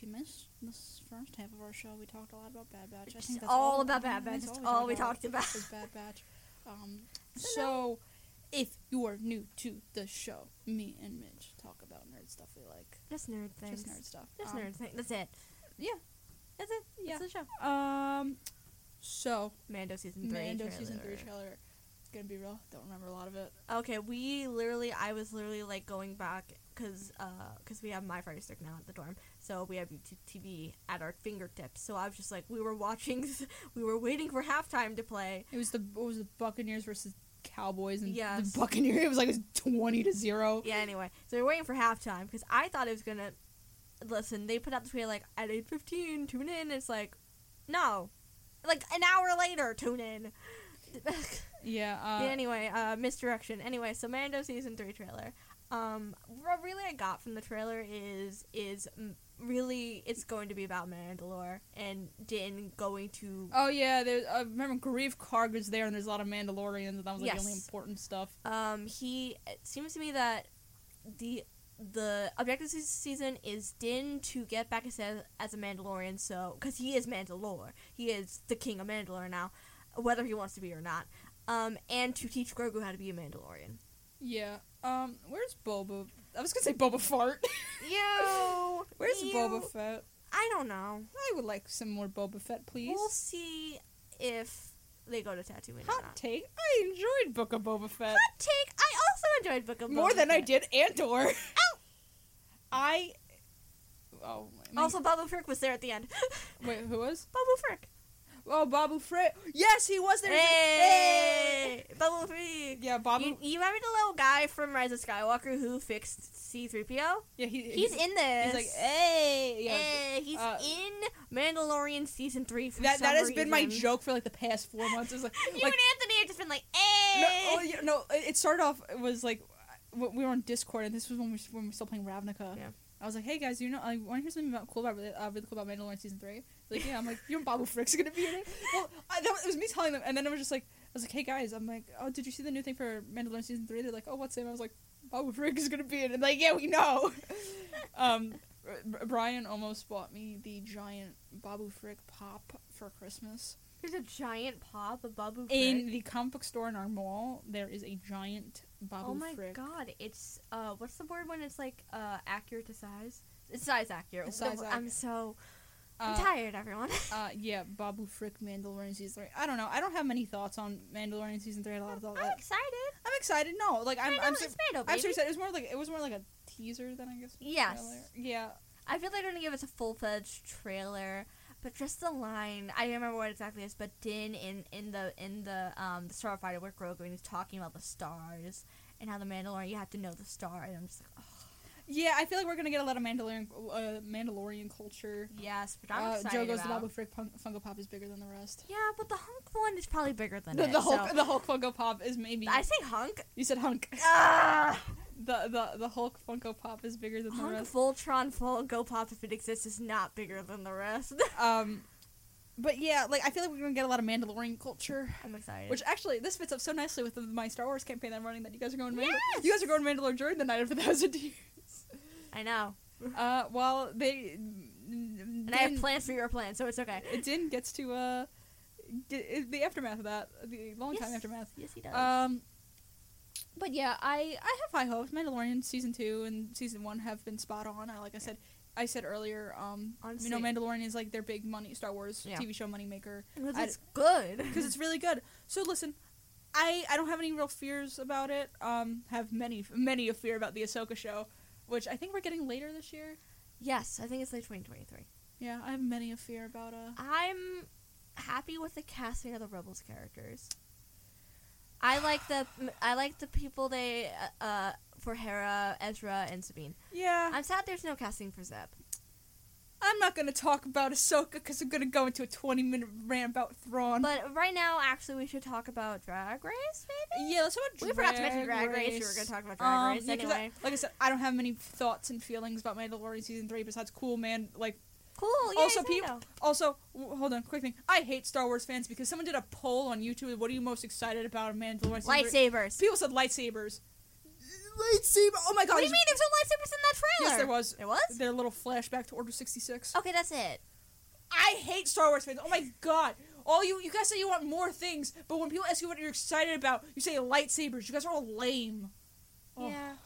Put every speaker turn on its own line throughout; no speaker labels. Um, this first half of our show, we talked a lot about Bad Batch. I
Just
think that's
all about Bad Batch.
that's
Just
we
all we talked about.
is Bad Batch. Um,
So
so, if you are new to the show, me and Mitch talk about nerd stuff we like.
Just nerd things. Oh.
Just nerd stuff.
Just
Um,
nerd things. That's it.
Yeah.
That's it. That's
Yeah.
the show.
Um, so
Mando season three.
Mando season three
trailer.
trailer. It's gonna be real. Don't remember a lot of it.
Okay, we literally, I was literally like going back because because we have my Fire Stick now at the dorm, so we have YouTube TV at our fingertips. So I was just like, we were watching, we were waiting for halftime to play.
It was the what was the Buccaneers versus Cowboys and
Yes.
the Buccaneers. It was like it was twenty to zero.
Yeah, anyway, so we were waiting for halftime because I thought it was gonna. Listen, they put out the tweet like at eight fifteen, tune in. It's like, no, like an hour later, tune in.
Yeah. Uh,
Yeah, anyway, uh, misdirection. Anyway, so Mando season three trailer. Um, what really I got from the trailer is is mm, really it's going to be about Mandalore and Din going to
Oh yeah, there, I remember Grief Karg was there, and there's a lot of Mandalorians, and that was like the only
Yes.
important stuff.
um he it seems to me that the the objective of this season is Din to get back as as a Mandalorian, so because he is Mandalore, he is the king of Mandalore now, whether he wants to be or not, um, and to teach Grogu how to be a Mandalorian.
Yeah. Um, where's Boba? I was gonna say Boba Fart.
Yo,
where's
you-
Boba Fett?
I don't know.
I would like some more Boba Fett, please.
We'll see if they go to Tatooine or
Hot
not.
take. I enjoyed Book of Boba Fett
Hot take. I also enjoyed Book of
more
Boba
than I
Fett.
did Andor. I. Oh. I mean-
Also, Boba Frick was there at the end.
wait, who was?
Boba Frick.
Oh, Babu Frick. Yes, he was there.
Hey, Boba Frick.
Yeah, Babu.
You, you remember the little guy from Rise of Skywalker who fixed C-3PO?
yeah, he,
He's in this.
He's like, hey. Yeah.
Eh, he's
uh,
in Mandalorian season three. For
that
some
that has been my
reason.
joke for like the past four months. Is like,
You
like
and Anthony have just been like,
no,
eh.
oh, yeah, no. It it started off. It was like w- we were on Discord, and this was when we s- when we were still playing Ravnica.
Yeah.
I was like, hey guys, you know, I want to hear something about cool about really, uh, really cool about Mandalorian season three. Like, yeah, I'm like, you and Babu Frick's gonna be in it. Well, I, that was, it was me telling them, and then I was just like, I was like, hey guys, I'm like, oh, did you see the new thing for Mandalorian season three? They're like, oh, what's it? And I was like, Babu Frick is gonna be in it. Like, yeah, we know. um, R- Brian almost bought me the giant Babu Frick pop for Christmas.
There's a giant pop of Boba Frick.
In the comic book store in our mall, there is a giant Babu
oh my
Frick.
god, it's uh, what's the word when it's like uh, accurate to size? It's size accurate.
It's size
No, I'm
accurate.
so I'm
Uh,
tired, everyone.
uh, yeah, Babu Frick, Mandalorian season three. I don't know. I don't have many thoughts on Mandalorian season three. I had a lot of thoughts.
I'm excited.
I'm excited. No, like
i
I'm.
know
I'm,
it's
so,
Mando,
I'm
baby.
so excited. It was more like it was more like a teaser than I guess. a
Yes.
trailer. Yeah.
I feel they're gonna give us a full fledged trailer, but just the line I don't remember what exactly it is, but Din in in the in the um the starfighter with Grogu and he's talking about the stars and how the Mandalorian you have to know the star and I'm just like oh,
Yeah, I feel like we're gonna get a lot of Mandalorian uh, Mandalorian culture.
yes, but I'm
Uh,
excited
Joe goes to
about.
Babu Frick Pun- Funko Pop is bigger than the rest.
yeah, but the hunk one is probably bigger than
The,
it.
the Hulk
so-
the Hulk Funko Pop is maybe.
I say hunk.
you said hunk.
Ah!
the the the Hulk Funko Pop is bigger than the
Hunk
rest.
Voltron Funko Pop, if it exists, is not bigger than the rest.
Um, but yeah, like I feel like we're gonna get a lot of Mandalorian culture.
I'm excited.
Which actually, this fits up so nicely with the, my Star Wars campaign I'm running. That you guys are going, Mandal-
Yes!
you guys are going Mandalore during the Night of the Thousand Years.
I know.
Uh, well, they
And I have plans for your plans, so it's okay.
Din gets to uh, get, the aftermath of that, the long time
Yes.
aftermath.
Yes, he does.
Um, but yeah, I I have high hopes. Mandalorian season two and season one have been spot on. I like I said, I said earlier. Um,
Honestly-
you know, Mandalorian is like their big money Star Wars
Yeah.
TV show money maker.
Because
I-
it's good.
because it's really good. So listen, I I don't have any real fears about it. Um, have many many a fear about the Ahsoka show, which I think we're getting later this year.
yes, I think it's like 2023.
Yeah, I have many a fear about uh.
I'm happy with the casting of the Rebels characters. I like the I like the people they uh, uh for Hera, Ezra, and Sabine.
Yeah,
I'm sad there's no casting for Zeb.
I'm not gonna talk about Ahsoka because I'm gonna go into a 20 minute rant about Thrawn.
But right now, actually, we should talk about Drag Race, maybe.
yeah, let's talk about
We forgot to mention Drag Race. We were going to talk about Drag
Um,
Race
yeah, 'cause I-
anyway.
like I said, I don't have many thoughts and feelings about Mandalorian season three besides cool man. Like
Cool. Yeah,
Also,
I
peop-
know.
also, w- hold on, quick thing. I hate Star Wars fans because someone did a poll on YouTube. What are you most excited about, in Mandalorian? season three?
lightsabers.
People said lightsabers. lightsaber. Oh my god.
What do you
he's-
mean? There's no lightsabers in that trailer.
Yes, there was.
There was.
Their little flashback to Order 66.
Okay, that's it.
Oh, I hate Star Wars fans. Oh my god. All you you guys say you want more things, but when people ask you what you're excited about, you say lightsabers. You guys are all lame. Oh.
Yeah.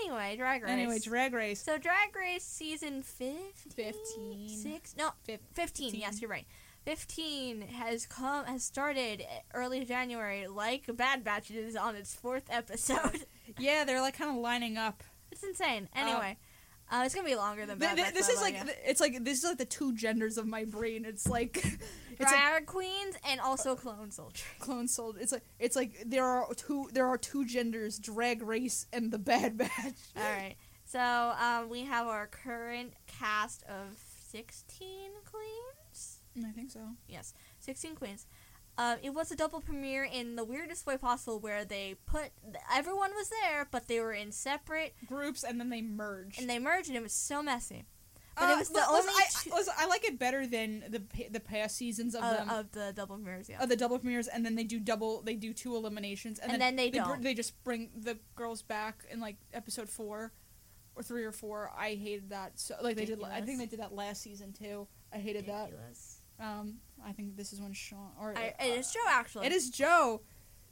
Anyway, Drag Race.
Anyway, Drag Race.
so Drag Race season 15?
15.
Six? No,
Fif-
15. Yes,
15.
you're right. 15 has come has started early January like Bad Batch is on its fourth episode.
Yeah, they're like kind of lining up.
it's insane. Anyway, uh, it's going to be longer than
Th-
Bad
th-
Batch.
this
by
is
the way,
like
yeah.
th- it's like this is like the two genders of my brain. It's like it's like Uh,
drag queens and also clone soldiers.
clone sold. It's like it's like there are two there are two genders: drag race and the bad batch.
All right. So um, we have our current cast of 16 queens.
I think so.
Yes, 16 queens. Uh, it was a double premiere in the weirdest way possible where they put everyone was there, but they were in separate
Groups and then they merge.
and they merged, and it was so messy. but
Uh,
it was the
li- listen,
only
I,
two- Oh,
I- listen, I like it better than the pa- the past seasons of
Of,
them.
Uh, of the double premieres, yeah.
of the double premieres, and then they do double. They do two eliminations, and,
And then they
br-
don't.
They just bring the girls back in like episode four, or three or four. I hated that. So like they did. I think
Ridiculous.
they did that last season too. I hated that. Um, I think this is when Sean or
I, it is Joe actually.
It is Joe.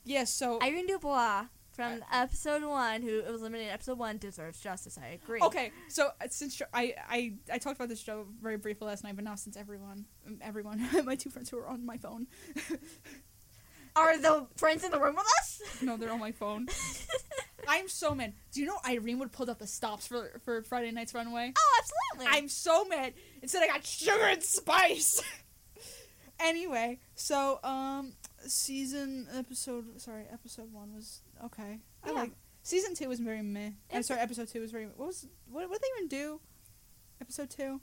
Yes. So
Irene Dubois from episode one, who was eliminated. in Episode one deserves justice. I agree.
okay. So uh, since Jo- I, I I talked about this Joe very briefly last night, but now since everyone um, everyone my two friends who are on my phone,
Are the friends in the room with us?
no, they're on my phone. I'm so mad. Do you know Irene would pull up the stops for for Friday night's runway?
Oh, absolutely.
I'm so mad. Instead, I got sugar and spice. anyway, so um, season episode sorry episode one was okay. I
Yeah.
like season two was very meh. I'm
It's-
sorry, episode two was very what was what what did they even do? Episode two.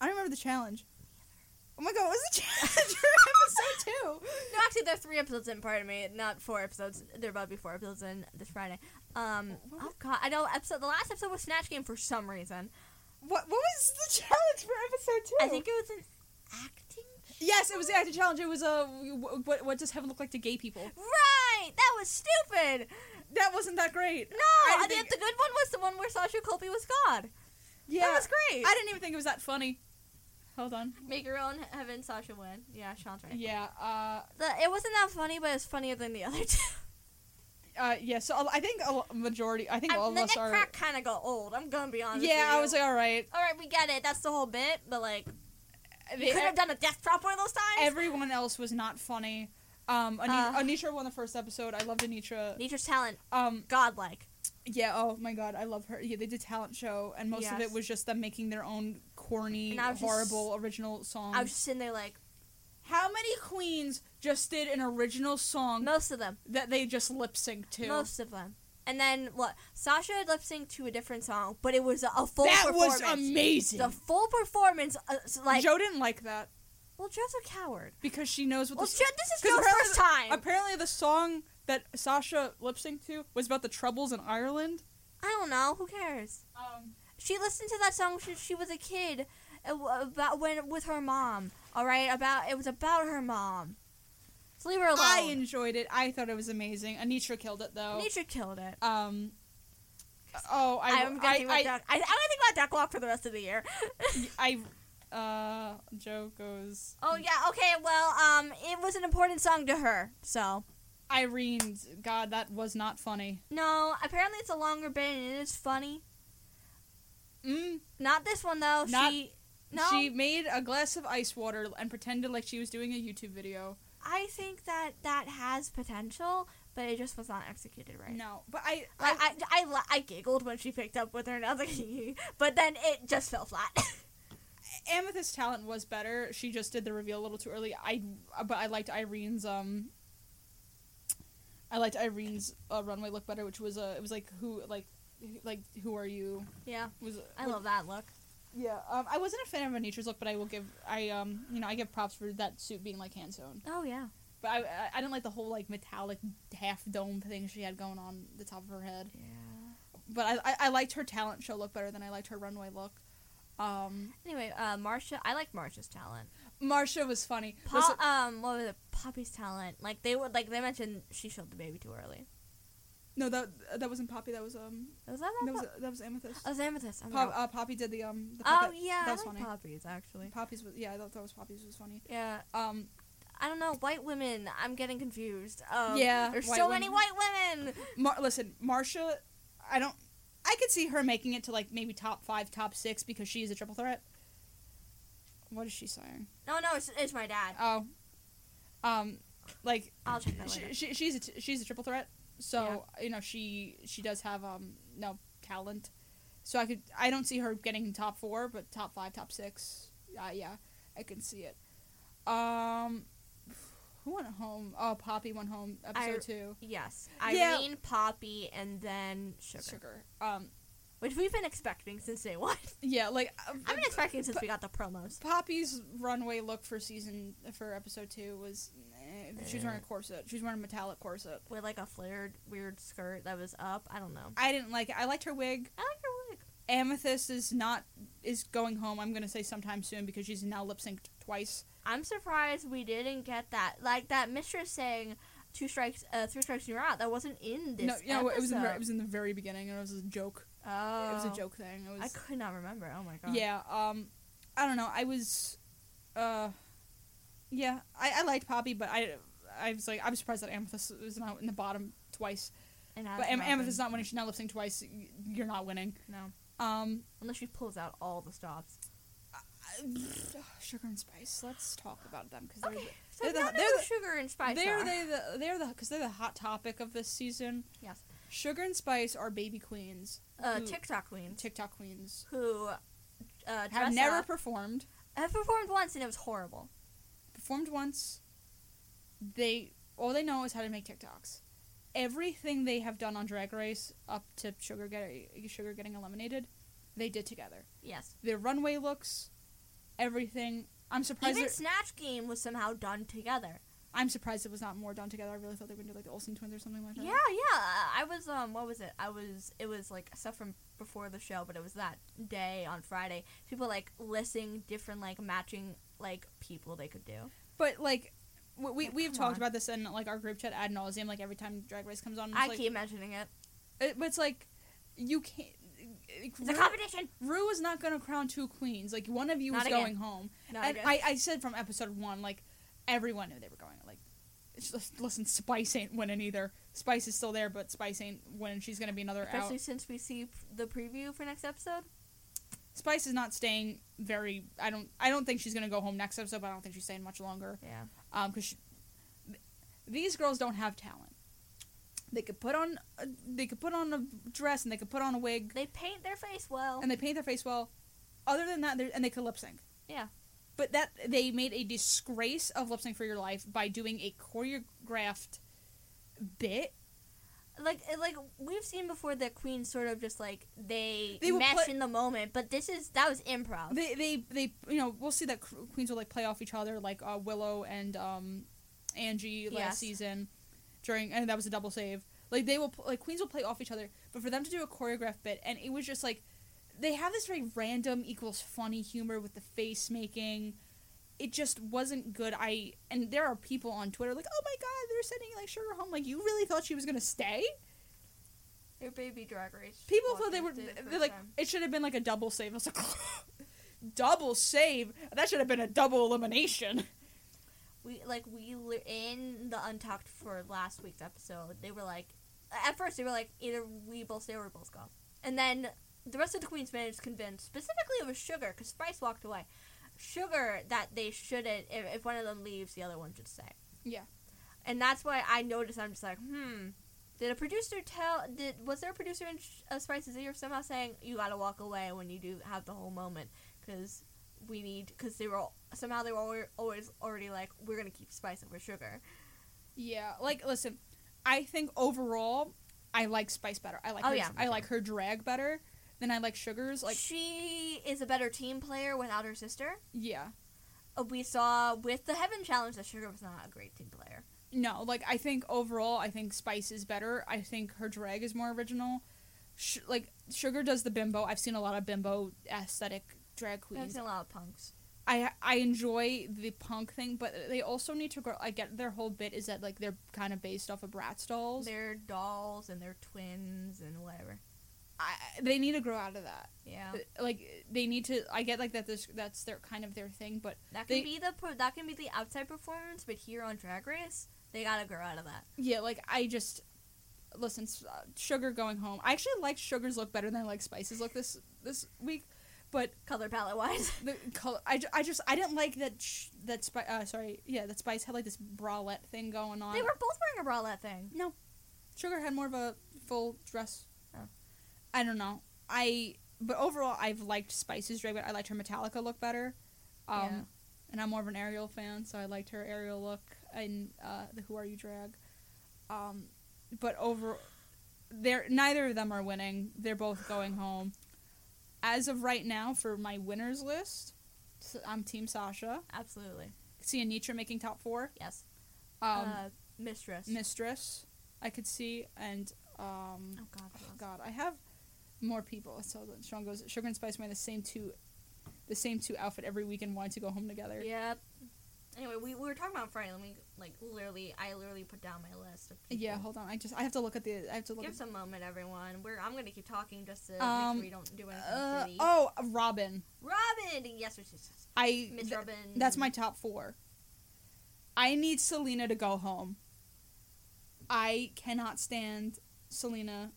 I don't remember the challenge. Oh my god, what was the challenge for episode two?
No, actually, there are three episodes in. Pardon me, not four episodes. There are about to be four episodes in this Friday. Um,
What
oh
was-
god, I know. Episode the last episode was Snatch Game for some reason.
What what was the challenge for episode two?
I think it was an acting.
yes, it was the acting challenge. It was uh, wh- what what does heaven look like to gay people?
Right, that was stupid.
That wasn't that great.
No,
I
I
think-
the, the good one was the one where Sasha Colby was God.
Yeah,
that was great.
I didn't even think it was that funny. Hold on.
Make your own heaven, Sasha win. Yeah, Sean's right.
Yeah. Uh.
The, it wasn't that funny, but it's funnier than the other two.
Uh. Yeah. So I- I think a lo- majority. I think all
I,
of
the
us
neck
are.
crack kind of got old. I'm gonna be honest.
yeah.
with
I
you.
was like, all right.
all right, we get it. That's the whole bit. But like,
They-
could have done a death drop one of those times.
everyone else was not funny. Um. Ani-
Uh.
Anitra won the first episode. I loved Anitra.
Nature's talent,
Um.
godlike.
Yeah. Oh my God. I love her. Yeah. They did talent show, and most of
Yes.
it was just them making their own corny,
And I was just-
horrible original songs.
I was just sitting there like
How many queens just did an original song
most of them,
that they just lip sync to?
most of them. And then what? Sasha lip synced to a different song, but it was a, a full
that
performance.
was amazing.
The full performance, uh, s- like
Joe didn't like that
well, Joe's a coward.
because she knows what
Well,
the
Joe, this is
'cause
Joe's
apparently
first
the-
time.
Apparently, the song that Sasha lip synced to was about the troubles in Ireland.
I don't know. Who cares?
Um,
She listened to that song since she was a kid, uh, w- about when with her mom. All right, about it was about her mom. So leave her alone.
I enjoyed it. I thought it was amazing. Anitra killed it though.
Nature killed it.
Um, oh, I,
I'm gonna
I,
think about
I,
Duck. I, I'm gonna think about Duck Walk for the rest of the year.
I, uh, Joe goes.
Oh yeah, okay. Well, um, it was an important song to her, so
Irene's. God, that was not funny.
no. Apparently, it's a longer bit and it is funny.
Mm.
Not this one though.
Not-
she no.
She made a glass of ice water and pretended like she was doing a YouTube video.
I think that that has potential, but it just was not executed right.
No, but I,
I,
I,
I, I, la- I giggled when she picked up with her another key, but then it just fell flat.
Amethyst's talent was better. She just did the reveal a little too early. I but I liked Irene's um. I liked Irene's uh, runway look better, which was uh, it was like who like like who are you
yeah,
was
I love that look.
yeah um I wasn't a fan of Anitra's look, but I will give I um you know I give props for that suit being like hand sewn,
Oh yeah,
but I I- I didn't like the whole like metallic half dome thing she had going on the top of her head,
yeah.
but I I, I liked her talent show look better than I liked her runway look. Um,
Anyway, uh, Marsha, I like Marsha's talent.
Marsha was funny.
Po-
Listen-
um, what was it? Poppy's talent. Like they would, like they mentioned, she showed the baby too early.
No, that that wasn't Poppy. That was um.
Was that
That
that?
was
Pop-
that was Amethyst.
oh, it was Amethyst. I'm
Pop,
wrong.
uh, Poppy did the um. The
oh
puppet.
yeah,
that
I
was
like
funny.
poppies actually.
Poppy's was yeah. I thought that was Poppy's was funny.
Yeah,
Um.
I don't know. White women. I'm getting confused. Um,
Yeah,
there's
white
so many
women.
white women.
Mar- listen, Marsha, I don't. I could see her making it to like maybe top five, top six because she is a triple threat. What is she saying?
No, no, it's, it's my dad.
Oh, um, like
I'll check that
she,
later.
she, she's a t- she's a triple threat. So you know she she does have um no talent. So I could I don't see her getting top four, but top five, top six. Uh, yeah, I can see it. Um, who went home? Oh, Poppy went home. Episode two.
Yes,
Yeah.
Irene, Poppy, and then Sugar,
Sugar. Um,
which we've been expecting since day one.
yeah, like uh,
I've been expecting since we got the promos.
Poppy's runway look for season for episode two was eh, she was wearing a corset. She was wearing a metallic corset.
With like a flared weird skirt that was up. I don't know.
I didn't like it. I liked her wig.
I like her wig.
Amethyst is not is going home. I'm gonna say sometime soon because she's now lip synced twice.
I'm surprised we didn't get that. Like that mistress saying two strikes, uh, three strikes and you're out. That wasn't in this.
no, no, it was in the,
episode.
it was in the very beginning and it was a joke.
Oh,
It was a joke thing. It
I
was
could not remember. Oh my god.
yeah. Um, I don't know. I was, uh, yeah. I, I liked Poppy, but I I was like I'm surprised that Amethyst was not in the bottom twice.
And
but Am-
Adam
Amethyst is
Robin.
not winning. She's not lip synced twice. y- You're not winning.
No,
Um,
unless she pulls out all the stops.
sugar and spice. Let's talk about them because
Okay, so
they're
they're the,
the- they're the-
sugar and
they're
spice.
they're
are.
they the they're the because they're the hot topic of this season.
Yes.
Sugar and Spice are baby queens,
Uh,
Who-
TikTok queens
TikTok queens
who uh,
have
dress
never
up-
performed.
have performed once and it was horrible.
Performed once. They all they know is how to make TikToks. Everything they have done on Drag Race up to Sugar getting Sugar getting eliminated, they did together.
Yes.
Their runway looks, everything. I'm surprised.
Even
they're-
Snatch Game was somehow done together.
I'm surprised it was not more done together. I really thought they would do like the Olsen twins or something like that.
Yeah, yeah. I I was um, what was it? I was it was like stuff from before the show, but it was that day on Friday. People like listing different like matching like people they could do.
But like, we, we
Like,
we've
come on.
talked about this in like our group chat ad nauseum. Like every time Drag Race comes on, it's
I
like,
keep mentioning it.
it, but it's like you can't.
It's a
Ru-
competition.
Ru is not going to crown two queens. Like one of you
Not
is
again.
going home.
No,
and I, I said from episode one, like everyone knew they were going. Like, it's just- listen, Spice ain't winning either. Spice is still there, but Spice ain't winning. She's going to be another
especially
out.
since we see p- the preview for next episode.
Spice is not staying very. I don't. I don't think she's going to go home next episode. But I don't think she's staying much longer.
Yeah.
um because these girls don't have talent they could put on a, they could put on a dress and they could put on a wig
They paint their face well.
and they paint their face well other than that they're- and they could lip sync
yeah.
but that they made a disgrace of lip sync for your life by doing a choreographed bit
Like eh, like we've seen before that queens sort of just like they,
They will
mesh
put-
in the moment, but this is that was improv.
they they, they you know we'll see that cr- queens will like play off each other like uh, willow and um angie last
Yes.
season during and that was a double save like they will pl- like queens will play off each other but for them to do a choreographed bit and it was just like they have this very random equals funny humor with the face making it just wasn't good i and there are people on twitter like oh my god they're sending like sugar home like you really thought she was gonna stay
Their baby drag race.
People thought they were they're like it should have been like a double save. I was like, double save. That should have been a double elimination.
we like we li- in the untucked for last week's episode. They were like, at first they were like either we both stay or we both go, and then the rest of the queens managed to convince specifically it was Sugar because Spice walked away. Sugar that they shouldn't. If, if one of them leaves, the other one should stay.
Yeah.
and that's why I noticed. I'm just like, hmm. Did a producer tell? Did was there a producer in Sh- uh, Spice's ear somehow saying you gotta walk away when you do have the whole moment because we need because they were all, somehow they were alwa- always already like we're gonna keep Spice over Sugar.
Yeah, like listen, I think overall, I like Spice better. I like
Oh,
her,
yeah.
I like her drag better than I like Sugar's. Like
Like she is a better team player without her sister.
yeah,
Uh, We saw with the Heaven Challenge that Sugar was not a great team player.
no, like I think overall, I think Spice is better. I think her drag is more original. Sh- like Sugar does the bimbo. I've seen a lot of bimbo aesthetic
I've
drag queens.
seen a lot of punks.
I I enjoy the punk thing, but they also need to grow. I get their whole bit is that like they're kind of based off of Bratz dolls.
They're dolls and they're twins and whatever.
I, they need to grow out of that. Uh,
Yeah,
Like they need to. I get like that. This that's their kind of their thing, but
that can
they-
be the per- that can be the outside performance, but here on Drag Race, they gotta grow out of that.
yeah, like I just listen. s- Uh, Sugar going home. I actually like Sugar's look better than I like Spice's look this this week, but
Color palette wise,
the color. I, ju- I just I didn't like that sh- that Spice. Uh, sorry, yeah, that Spice had like this bralette thing going on.
they were both wearing a bralette thing.
Sugar had more of a full dress.
Oh.
I don't know. I but overall, I've liked Spice's drag, but I liked her Metallica look better. Um,
Yeah.
And I'm more of an Ariel fan, so I liked her Ariel look and uh, the Who Are You drag. Um, but over, they're neither of them are winning. They're both going home. As of right now, for my winners list, s- I'm Team Sasha.
Absolutely,
See Anitra making top four.
yes.
Um,
uh, mistress.
Mistress, I could see, and um,
oh God,
Oh,
who else?
God, I have more people. So that Sean goes, Sugar and Spice wear the same two, the same two outfit every week and wanted to go home together.
Yep. Anyway, we, we were talking about Friday, and we like literally, I literally put down my list of people.
Yeah, hold on. I just I have to look at the I have to look.
Give us
At,
a moment, everyone. We're I'm gonna keep talking just to make
Um,
sure we don't do anything
uh,
silly.
oh, Robin.
Robin, yes, yes, yes, yes.
I
Miss
th-
Robin.
that's my top four. I need Selena to go home. I cannot stand Selena.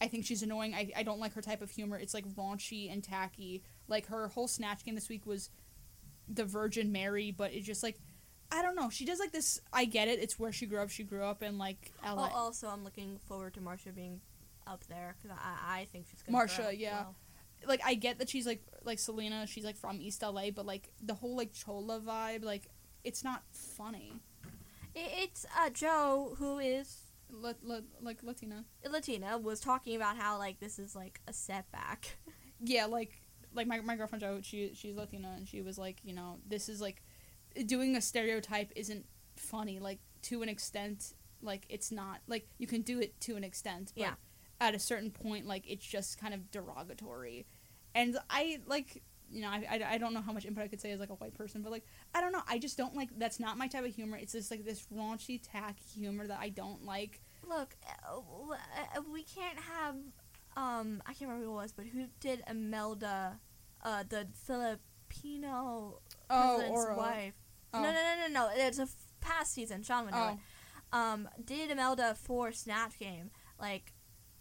I think she's annoying. I, I don't like her type of humor. It's like raunchy and tacky. Like her whole snatch game this week was the Virgin Mary, but it's just like I don't know. She does like this. I get it. It's where she grew up. She grew up in like LA.
Oh, also, I'm looking forward to Marsha being up there because I I think she's gonna.
Marsha,
grow up
yeah.
well.
like I get that she's like like Selena, she's like from East LA, but like the whole like chola vibe, like it's not funny.
I- It's uh Joe who is
La- la- like Latina.
Latina was talking about how like this is like a setback.
yeah like like my, my girlfriend jo she she's latina and she was like you know this is like doing a stereotype isn't funny like to an extent like it's not like you can do it to an extent but
Yeah.
at a certain point like it's just kind of derogatory and i like you know I, I, I don't know how much input i could say as like a white person but like i don't know i just don't like that's not my type of humor it's just like this raunchy tacky humor that i don't like
Look, uh, w- uh, we can't have um I can't remember who it was, but who did Imelda, uh the Filipino president's
Aura.
wife.
Oh.
No, no, no, no, no. It's a f- past season. Sean would know it. Um, did Imelda for Snatch Game like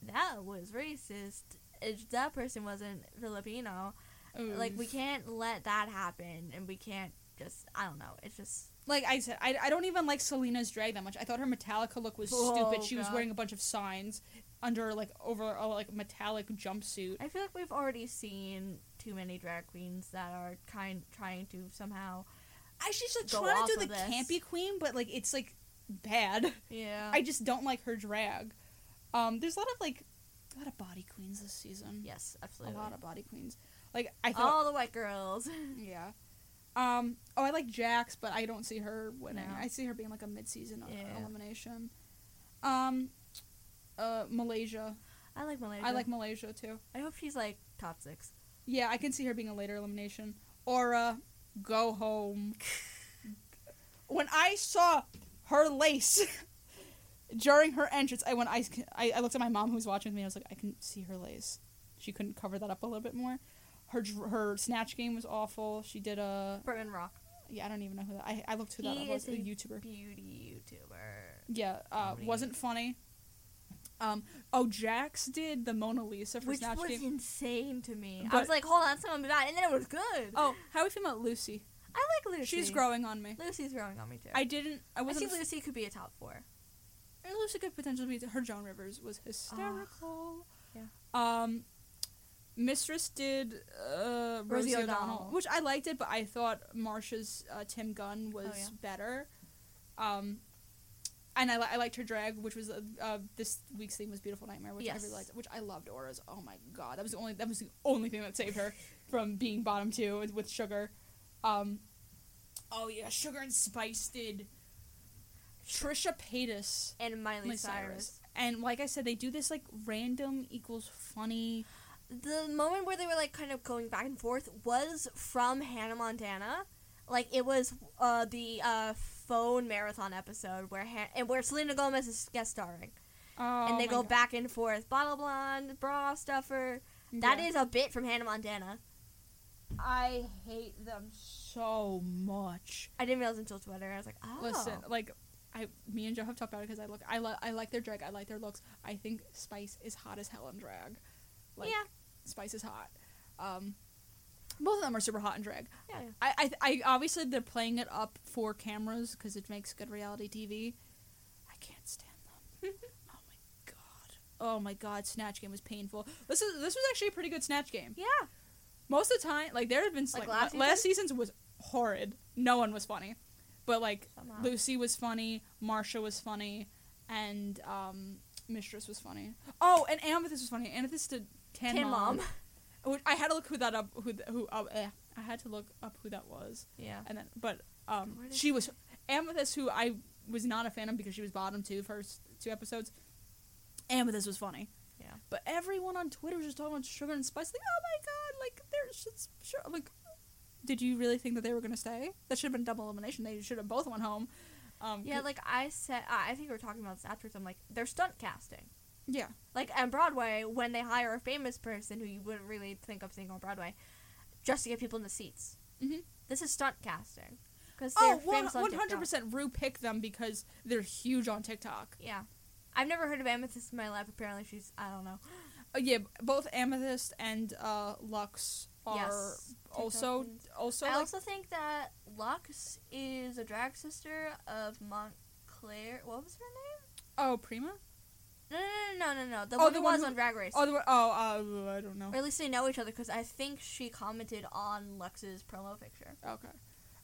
that was racist? If that person wasn't Filipino,
Ooh.
like we can't let that happen, and we can't just I don't know. It's just
like I said, I, I don't even like Selena's drag that much. I thought her Metallica look was
Oh,
stupid. She was
God.
wearing a bunch of signs under like over a like metallic jumpsuit.
I feel like we've already seen too many drag queens that are kind trying to somehow
I she's like
Go
trying
off
to do the
of this.
campy queen, but like it's like bad.
yeah
I just don't like her drag. Um, there's a lot of like a lot of body queens this season.
yes
a
absolutely Oh.
lot of body queens. Like I thought,
all the white girls.
yeah. Um, oh, I like Jax, but I don't see her winning.
No.
I see her being like a mid-season uh,
Yeah.
elimination. Um, uh, Malaysia.
I like Malaysia.
I like Malaysia too.
I hope she's like top six.
Yeah, I can see her being a later elimination. Aura, go home. when I saw her lace during her entrance, I when I, I I looked at my mom who was watching with me. I was like, I can see her lace. She couldn't cover that up a little bit more. Her dr- her snatch game was awful. She did a
Bourbon Rock.
yeah. I don't even know who that. I, I looked who that
He
up was.
is
A
a
YouTuber.
beauty YouTuber.
Yeah, uh,
comedy.
wasn't funny. Um. Oh, Jax did the Mona Lisa for
Which
snatch
was
game.
insane to me. I
But-
was like, hold on, someone be back. And then it was good.
Oh, how are we feeling about Lucy?
I like Lucy.
She's growing on me.
Lucy's growing on me too.
I didn't. I
I
wasn't.
think Lucy could be a top four.
Or Lucy could potentially be her Joan Rivers was hysterical.
yeah.
Um, Mistress did uh, Rosie,
Rosie
O'Donnell,
O'Donnell.
which I liked it, but I thought Marsha's uh, Tim Gunn was
Oh, yeah.
better. Um, and I, li- I liked her drag, which was uh, uh, this week's theme was Beautiful Nightmare, which I
Yes.
really liked, which I loved. Aura's, oh my god, that was the only that was the only thing that saved her from being bottom two with, with Sugar. Um, oh yeah, Sugar and Spice did. Trisha Paytas.
And Miley,
Miley
Cyrus.
Cyrus. And like I said, they do this like random equals funny
the moment where they were like kind of going back and forth was from Hannah Montana. Like it was uh, the uh, phone marathon episode where Han- and where Selena Gomez is guest starring,
Oh,
and they
my
go
God.
back and forth. Bottle blonde, bra stuffer. That
Yeah.
is a bit from Hannah Montana.
I hate them so much.
I didn't realize until Twitter. I was like, oh,
Listen, like, I, me and Joe have talked about it because I look, I, li- I like their drag, I like their looks. I think Spice is hot as hell in drag. Like,
yeah,
Spice is hot. Um, both of them are super hot in drag.
yeah, yeah.
I, I, I obviously they're playing it up for cameras because it makes good reality TV. I can't stand them. oh my god. Oh my god. Snatch game was painful. This is this was actually a pretty good snatch game.
yeah.
Most of the time, like there have been
Like
like, la-
last
last, season's was horrid. No one was funny, but like
Somehow.
Lucy was funny, Marsha was funny, and um, Mistress was funny. Oh, and Amethyst was funny. Amethyst did Tan,
Tan
Mom.
Mom.
Which- Oh, I had to look who that up who th- who uh, eh. I had to look up who that was
Yeah.
and then but um
Where did
she was amethyst who i was not a fan of because she was bottom two first two episodes amethyst was funny
Yeah.
but everyone on twitter was just talking about sugar and spice like oh my god like there's shit's sure I'm like did you really think that they were gonna stay that should have been double elimination they should have both went home um
Yeah,
c-
like I said, I I think we were talking about this afterwards. I'm like, they're stunt casting.
yeah
Like on Broadway, when they hire a famous person who you wouldn't really think of seeing on Broadway, just to get people in the seats.
Mhm.
This is stunt casting. Because they're
oh
famous on
one
TikTok.
hundred percent Rue picked them because they're huge on TikTok.
Yeah, I've never heard of Amethyst in my life. Apparently, she's I don't know.
Uh, yeah, b- both Amethyst and uh, Lux are
Yes,
also
TikTok queens.
also
I
like,
also think that Lux is a drag sister of Montclair. What was her
oh Prima.
name? No, no, no, no, no. no. The
Oh,
one
the
who
one
was
who-
on Drag Race.
Oh, the, oh, uh, I don't know.
or at least they know each other because I think she commented on Lux's promo picture.
Okay.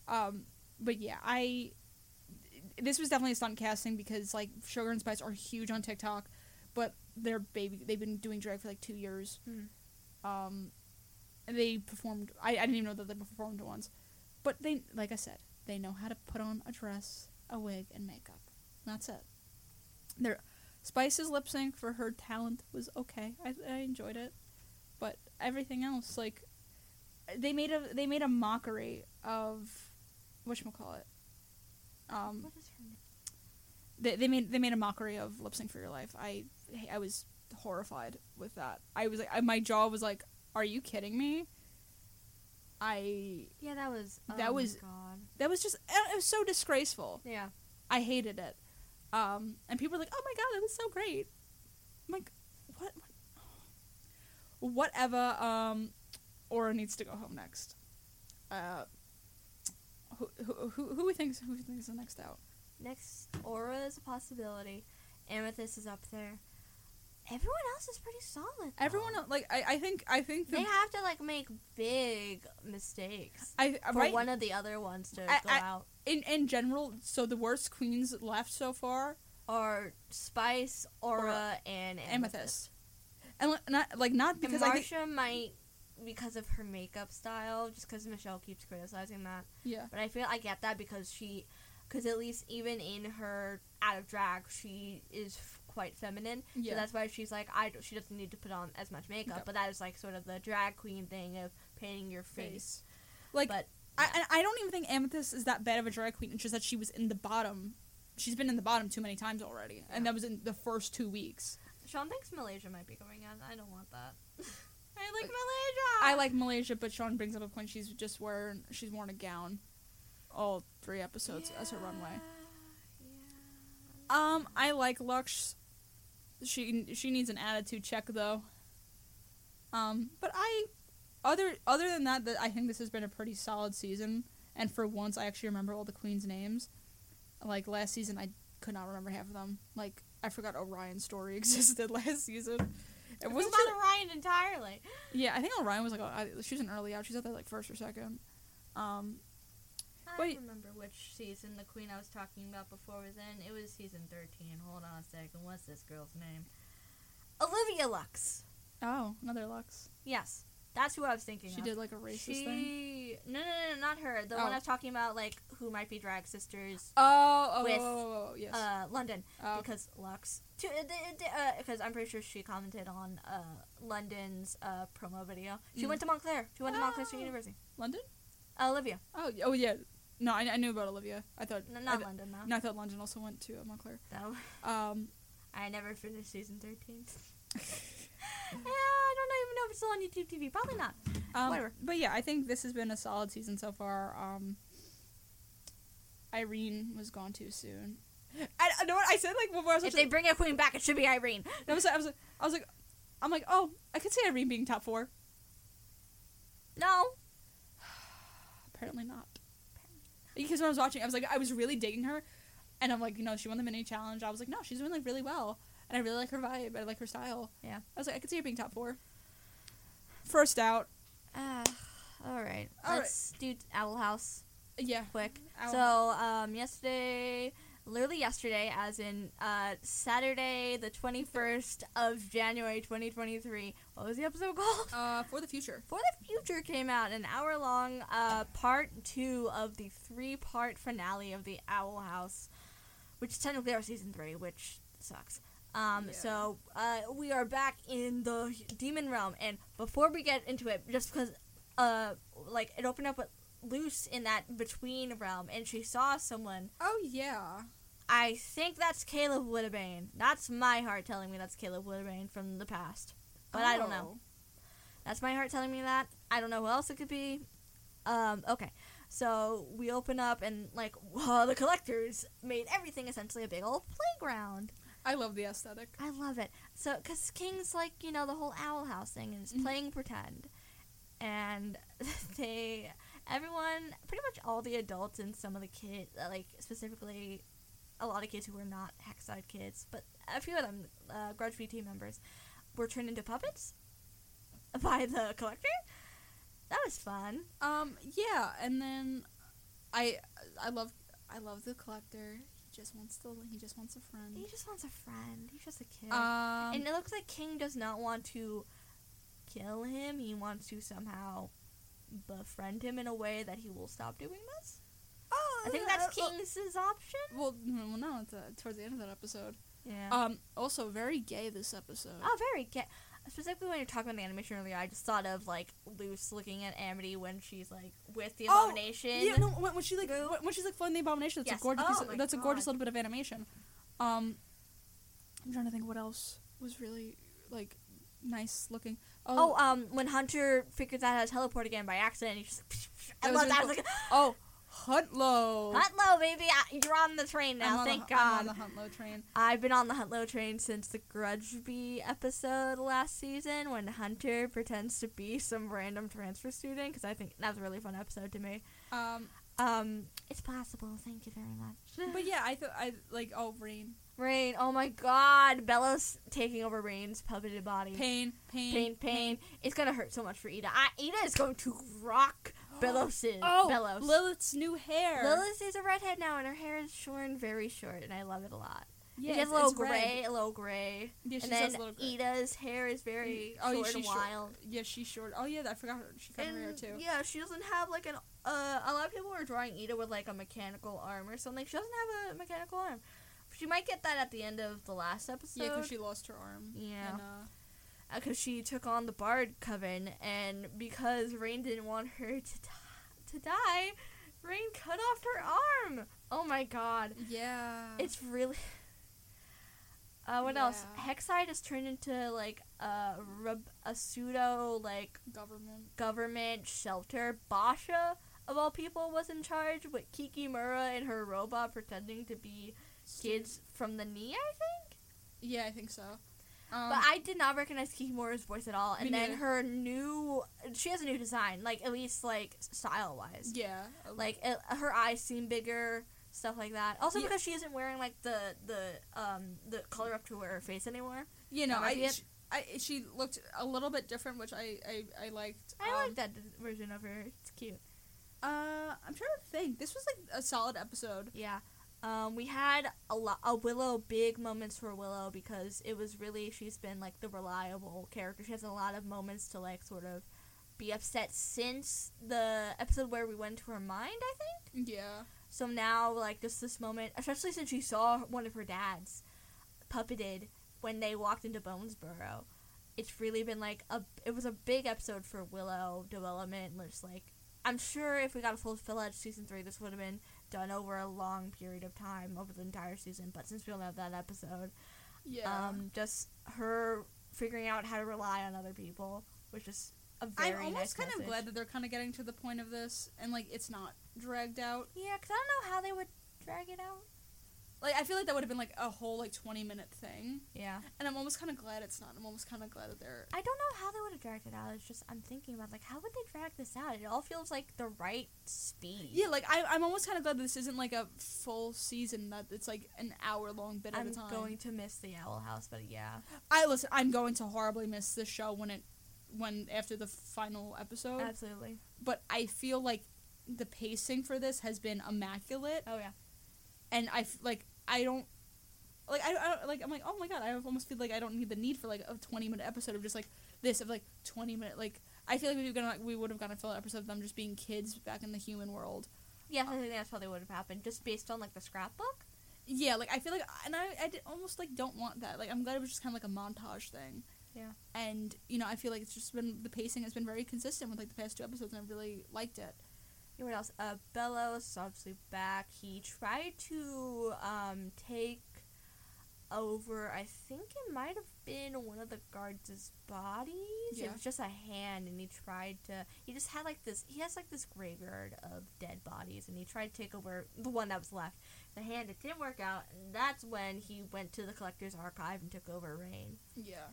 Um, but yeah, I. This was definitely a stunt casting because like Sugar and Spice are huge on TikTok, but they're baby. They've been doing drag for like two years.
Mhm.
Um, and they performed. I, I didn't even know that they performed once, but they like I said, they know how to put on a dress, a wig, and makeup. That's it. Their Spice's lip sync for her talent was okay. I, I enjoyed it, but everything else like they made a they made a mockery of what call it. Um,
What is her name?
they, they made they made a mockery of lip sync for your life. I I was horrified with that. I was like I, my jaw was like, are you kidding me? I
Yeah, that was
That
oh
was-
my God.
that was just it was so disgraceful.
Yeah,
I hated it. Um, and people were like, "Oh my god, that was so great!" I'm like, "What? what? Whatever." Um, Aura needs to go home next. Uh, who who who, who we thinks who we thinks the next out?
next aura is a possibility. Amethyst is up there. Everyone else is pretty solid. though.
Everyone el- like I, I think I think the,
they have to like make big mistakes
I
for
right
one of the other ones to
I-
go
I-
out.
in in general. So the worst queens left so far
Or Spice, Aura,
Aura.
and Amethyst.
Amethyst, and li- not like not because
and
I
Marsha
think
might because of her makeup style, just because Michelle keeps criticizing that.
yeah
But I feel I get that because she, because at least even in her out of drag, she is f- quite feminine.
Yeah.
So that's why she's like, I don't- she doesn't need to put on as much makeup.
No.
But that is like sort of the drag queen thing of painting your face.
face like
but
I, and I don't even think Amethyst is that bad of a drag queen. It's just that she was in the bottom. She's been in the bottom too many times already, and
Yeah.
that was in the first two weeks.
Sean thinks Malaysia might be going on. I don't want that. I
Uh,
like Malaysia.
I like Malaysia, but Sean brings up a point. She's just wearing she's worn a gown all three episodes as her runway.
Yeah.
Um, I like Lux. She she needs an attitude check though. Um, but I other other than that, that I think this has been a pretty solid season. And for once, I actually remember all the queens' names. Like last season, I could not remember half of them. Like I forgot Orion's story existed last season. It
It
wasn't.
wasn't
she-
about Orion entirely.
yeah, I think Orion was like a- I- she was an early out. She's out there like first or second. Um,
I
Wait.
remember which season the queen I was talking about before was in. It was season 13. Hold on a second. What's this girl's name? Olivia Lux.
oh, another Lux.
Yes. That's who I was thinking.
She
of.
did like a racist thing.
She no, no, no, no, not her. The
Oh.
one I was talking about, like who might be drag sisters.
Oh, oh,
With,
oh, oh, oh, yes.
Uh, London
Oh,
because Lux. uh, Because I'm pretty sure she commented on uh, London's uh, promo video. She
Mm.
went to Montclair. She went to Montclair State
Oh.
University.
London?
Uh, Olivia,
Oh, y- oh yeah. No, I, I knew about Olivia. I thought
no,
I
not
th-
London though.
no, I thought London also went to uh, Montclair.
Though
Um,
I never finished season thirteen. yeah, I don't even know if it's still on YouTube TV. Probably not.
um,
Whatever.
But yeah, I think this has been a solid season so far. Um, Irene was gone too soon. I, I know what I said like before. I was
If
watching-
they bring a queen back, it should be Irene.
I was, I was, I was like, I'm like, oh, I could see Irene being top four.
No,
Apparently not. Because when I was watching, I was like, I was really digging her, and I'm like, you know, she won the mini challenge. I was like, no, she's doing like really well, and I really like her vibe. I like her style.
Yeah.
I was like, I could see her being top four. First out.
Uh, all right.
All
Let's do Owl House
Yeah.
quick.
Owl
So, um, yesterday, literally yesterday, as in uh, Saturday, the 21st of January 2023, what was the episode called?
Uh, for the future.
For the Future came out, an hour long uh, part two of the three part finale of The Owl House, which is technically our season three, which sucks. Um,
Yeah.
So uh, we are back in the demon realm, and before we get into it, just because uh, like it opened up with Luce in that between realm, and she saw someone.
Oh yeah.
I think that's Caleb Woodbane. That's my heart telling me that's Caleb Woodbane from the past, but I
Oh.
don't know. That's my heart telling me that. I don't know who else it could be. Um, okay. So we open up and like whoa, the collectors made everything essentially a big old playground.
I love the aesthetic.
I love it. So cuz King's like, you know, the whole owl house thing and it's
Mhm.
playing pretend. And they everyone, pretty much all the adults and some of the kids, like specifically a lot of kids who were not Hexside kids, but a few of them uh, Grudge VT members were turned into puppets by the collector. That was fun.
Um, yeah, and then I, I love, I love the collector. He just wants to, he just wants a friend.
He just wants a friend. He's just a kid.
Um,
and it looks like King does not want to kill him. He wants to somehow befriend him in a way that he will stop doing this.
oh,
I think that's King's option.
Well, mm, well, no, it's uh, towards the end of that episode.
Yeah.
Um, also very gay this episode.
oh, very gay. Specifically when you're talking about the animation earlier, I just thought of like Luce looking at Amity when she's like with the
Oh,
abomination.
yeah, no, when, when she like when, when she's like flying the abomination, that's
Yes.
a gorgeous,
Oh
piece of-
my
that's a gorgeous
God.
little bit of animation. Um, I'm trying to think what else was really like nice looking.
Oh, um, when Hunter figures out how to teleport again by accident, he just. I
That was
love that. I
really
was like,
Oh, hunt low.
Hunt low, baby. I- You're on the train
I'm
now.
on the
Thank
hu-
God.
I'm on the hunt low train.
I've been on the Hunt Low train since the Grudgeby episode last season when Hunter pretends to be some random transfer student because I think that was a really fun episode to me.
Um,
Um, it's possible. Thank you very much.
but yeah, I thought I like oh rain,
Rain. Oh my God, Bella's taking over Rain's puppeted body.
pain, pain,
pain, pain. It's gonna hurt so much for Ida. I, Ida is going to rock Bellows.
Oh,
Bellows.
Lilith's new hair.
Lilith is a redhead now, and her hair is shorn, very short, and I love it a lot.
yeah,
she has
it's-
a little
it's red.
gray, a little gray.
Yeah, she
and
has
then
a little gray.
Ida's hair is very
Oh, yeah,
short and
she's short.
wild.
Yeah, she's short. Oh yeah, I forgot her. She cut her hair
And
too.
yeah, she doesn't have like an. Uh, a lot of people were drawing Ida with like a mechanical arm or something. She doesn't have a mechanical arm. She might get that at the end of the last episode.
Yeah, because she lost her arm.
Yeah.
And, uh,
because she took on the Bard Coven, and because Rain didn't want her to die, to die, Rain cut off her arm. Oh my God,
yeah.
it's really. Uh, what else?
Yeah.
Hexide is turned into like a rub- a pseudo like
government.
government shelter. Basha, of all people, was in charge with Kikimura and her robot pretending to be kids from the knee, I think.
Yeah, I think so. Um,
but I did not recognize Kikimura's voice at all.
me
And then
neither.
her new, she has a new design, like at least like style wise.
yeah, uh,
Like it, her eyes seem bigger, stuff like that. Also
Yeah.
because she isn't wearing like the the um the color up to her face anymore.
you know,
that might be
I,
it.
she, I she looked a little bit different, which I I, I liked.
I
um,
like that d- version of her. It's cute.
Uh, I'm trying to think. This was like a solid episode.
Yeah. Um, we had a lot a Willow big moments for Willow because it was really she's been like the reliable character. She has a lot of moments to like sort of be upset since the episode where we went to her mind, I think.
Yeah.
So now, like, just this moment, especially since she saw one of her dads puppeted when they walked into Bonesboro, it's really been like a. It was a big episode for Willow development, and just like I'm sure if we got a full fill out season three, this would have been done over a long period of time over the entire season. But since we don't have that episode,
Yeah.
um, just her figuring out how to rely on other people, which is a very
I'm almost
nice
kind
message.
of glad that they're kind of getting to the point of this and like it's not dragged out.
Yeah, because I don't know how they would drag it out.
Like I feel like that would have been like a whole like 20 minute thing,
Yeah.
and I'm almost kind of glad it's not. I'm almost kind of glad that they're
I don't know how they would have dragged it out. It's just I'm thinking about like how would they drag this out? It all feels like the right speed.
yeah, like I, I'm almost kind of glad this isn't like a full season. That it's like an hour long bit at
I'm
a time.
going to miss the Owl House, but yeah,
I listen. I'm going to horribly miss this show when it, when after the final episode.
absolutely.
but I feel like the pacing for this has been immaculate.
Oh yeah,
and I f- like I don't like I, I don't- like I'm like oh my god I almost feel like I don't need the need for like a 20 minute episode of just like this of like 20 minute like I feel like we were gonna like, we would have gotten a full episode of them just being kids back in the human world.
yeah. I think that's probably what would have happened just based on like the scrapbook.
Yeah, like I feel like and I I did, almost like don't want that. Like I'm glad it was just kind of like a montage thing.
Yeah.
And you know I feel like it's just been the pacing has been very consistent with like the past two episodes and I really liked it.
Yeah, What else? Uh, Bellows is obviously back. He tried to um take over. I think it might have been one of the guards' bodies. It
Yeah.
was just a hand, and he tried to. He just had like this. He has like this graveyard of dead bodies, and he tried to take over the one that was left. The hand. It didn't work out, and that's when he went to the collector's archive and took over Rain.
Yeah.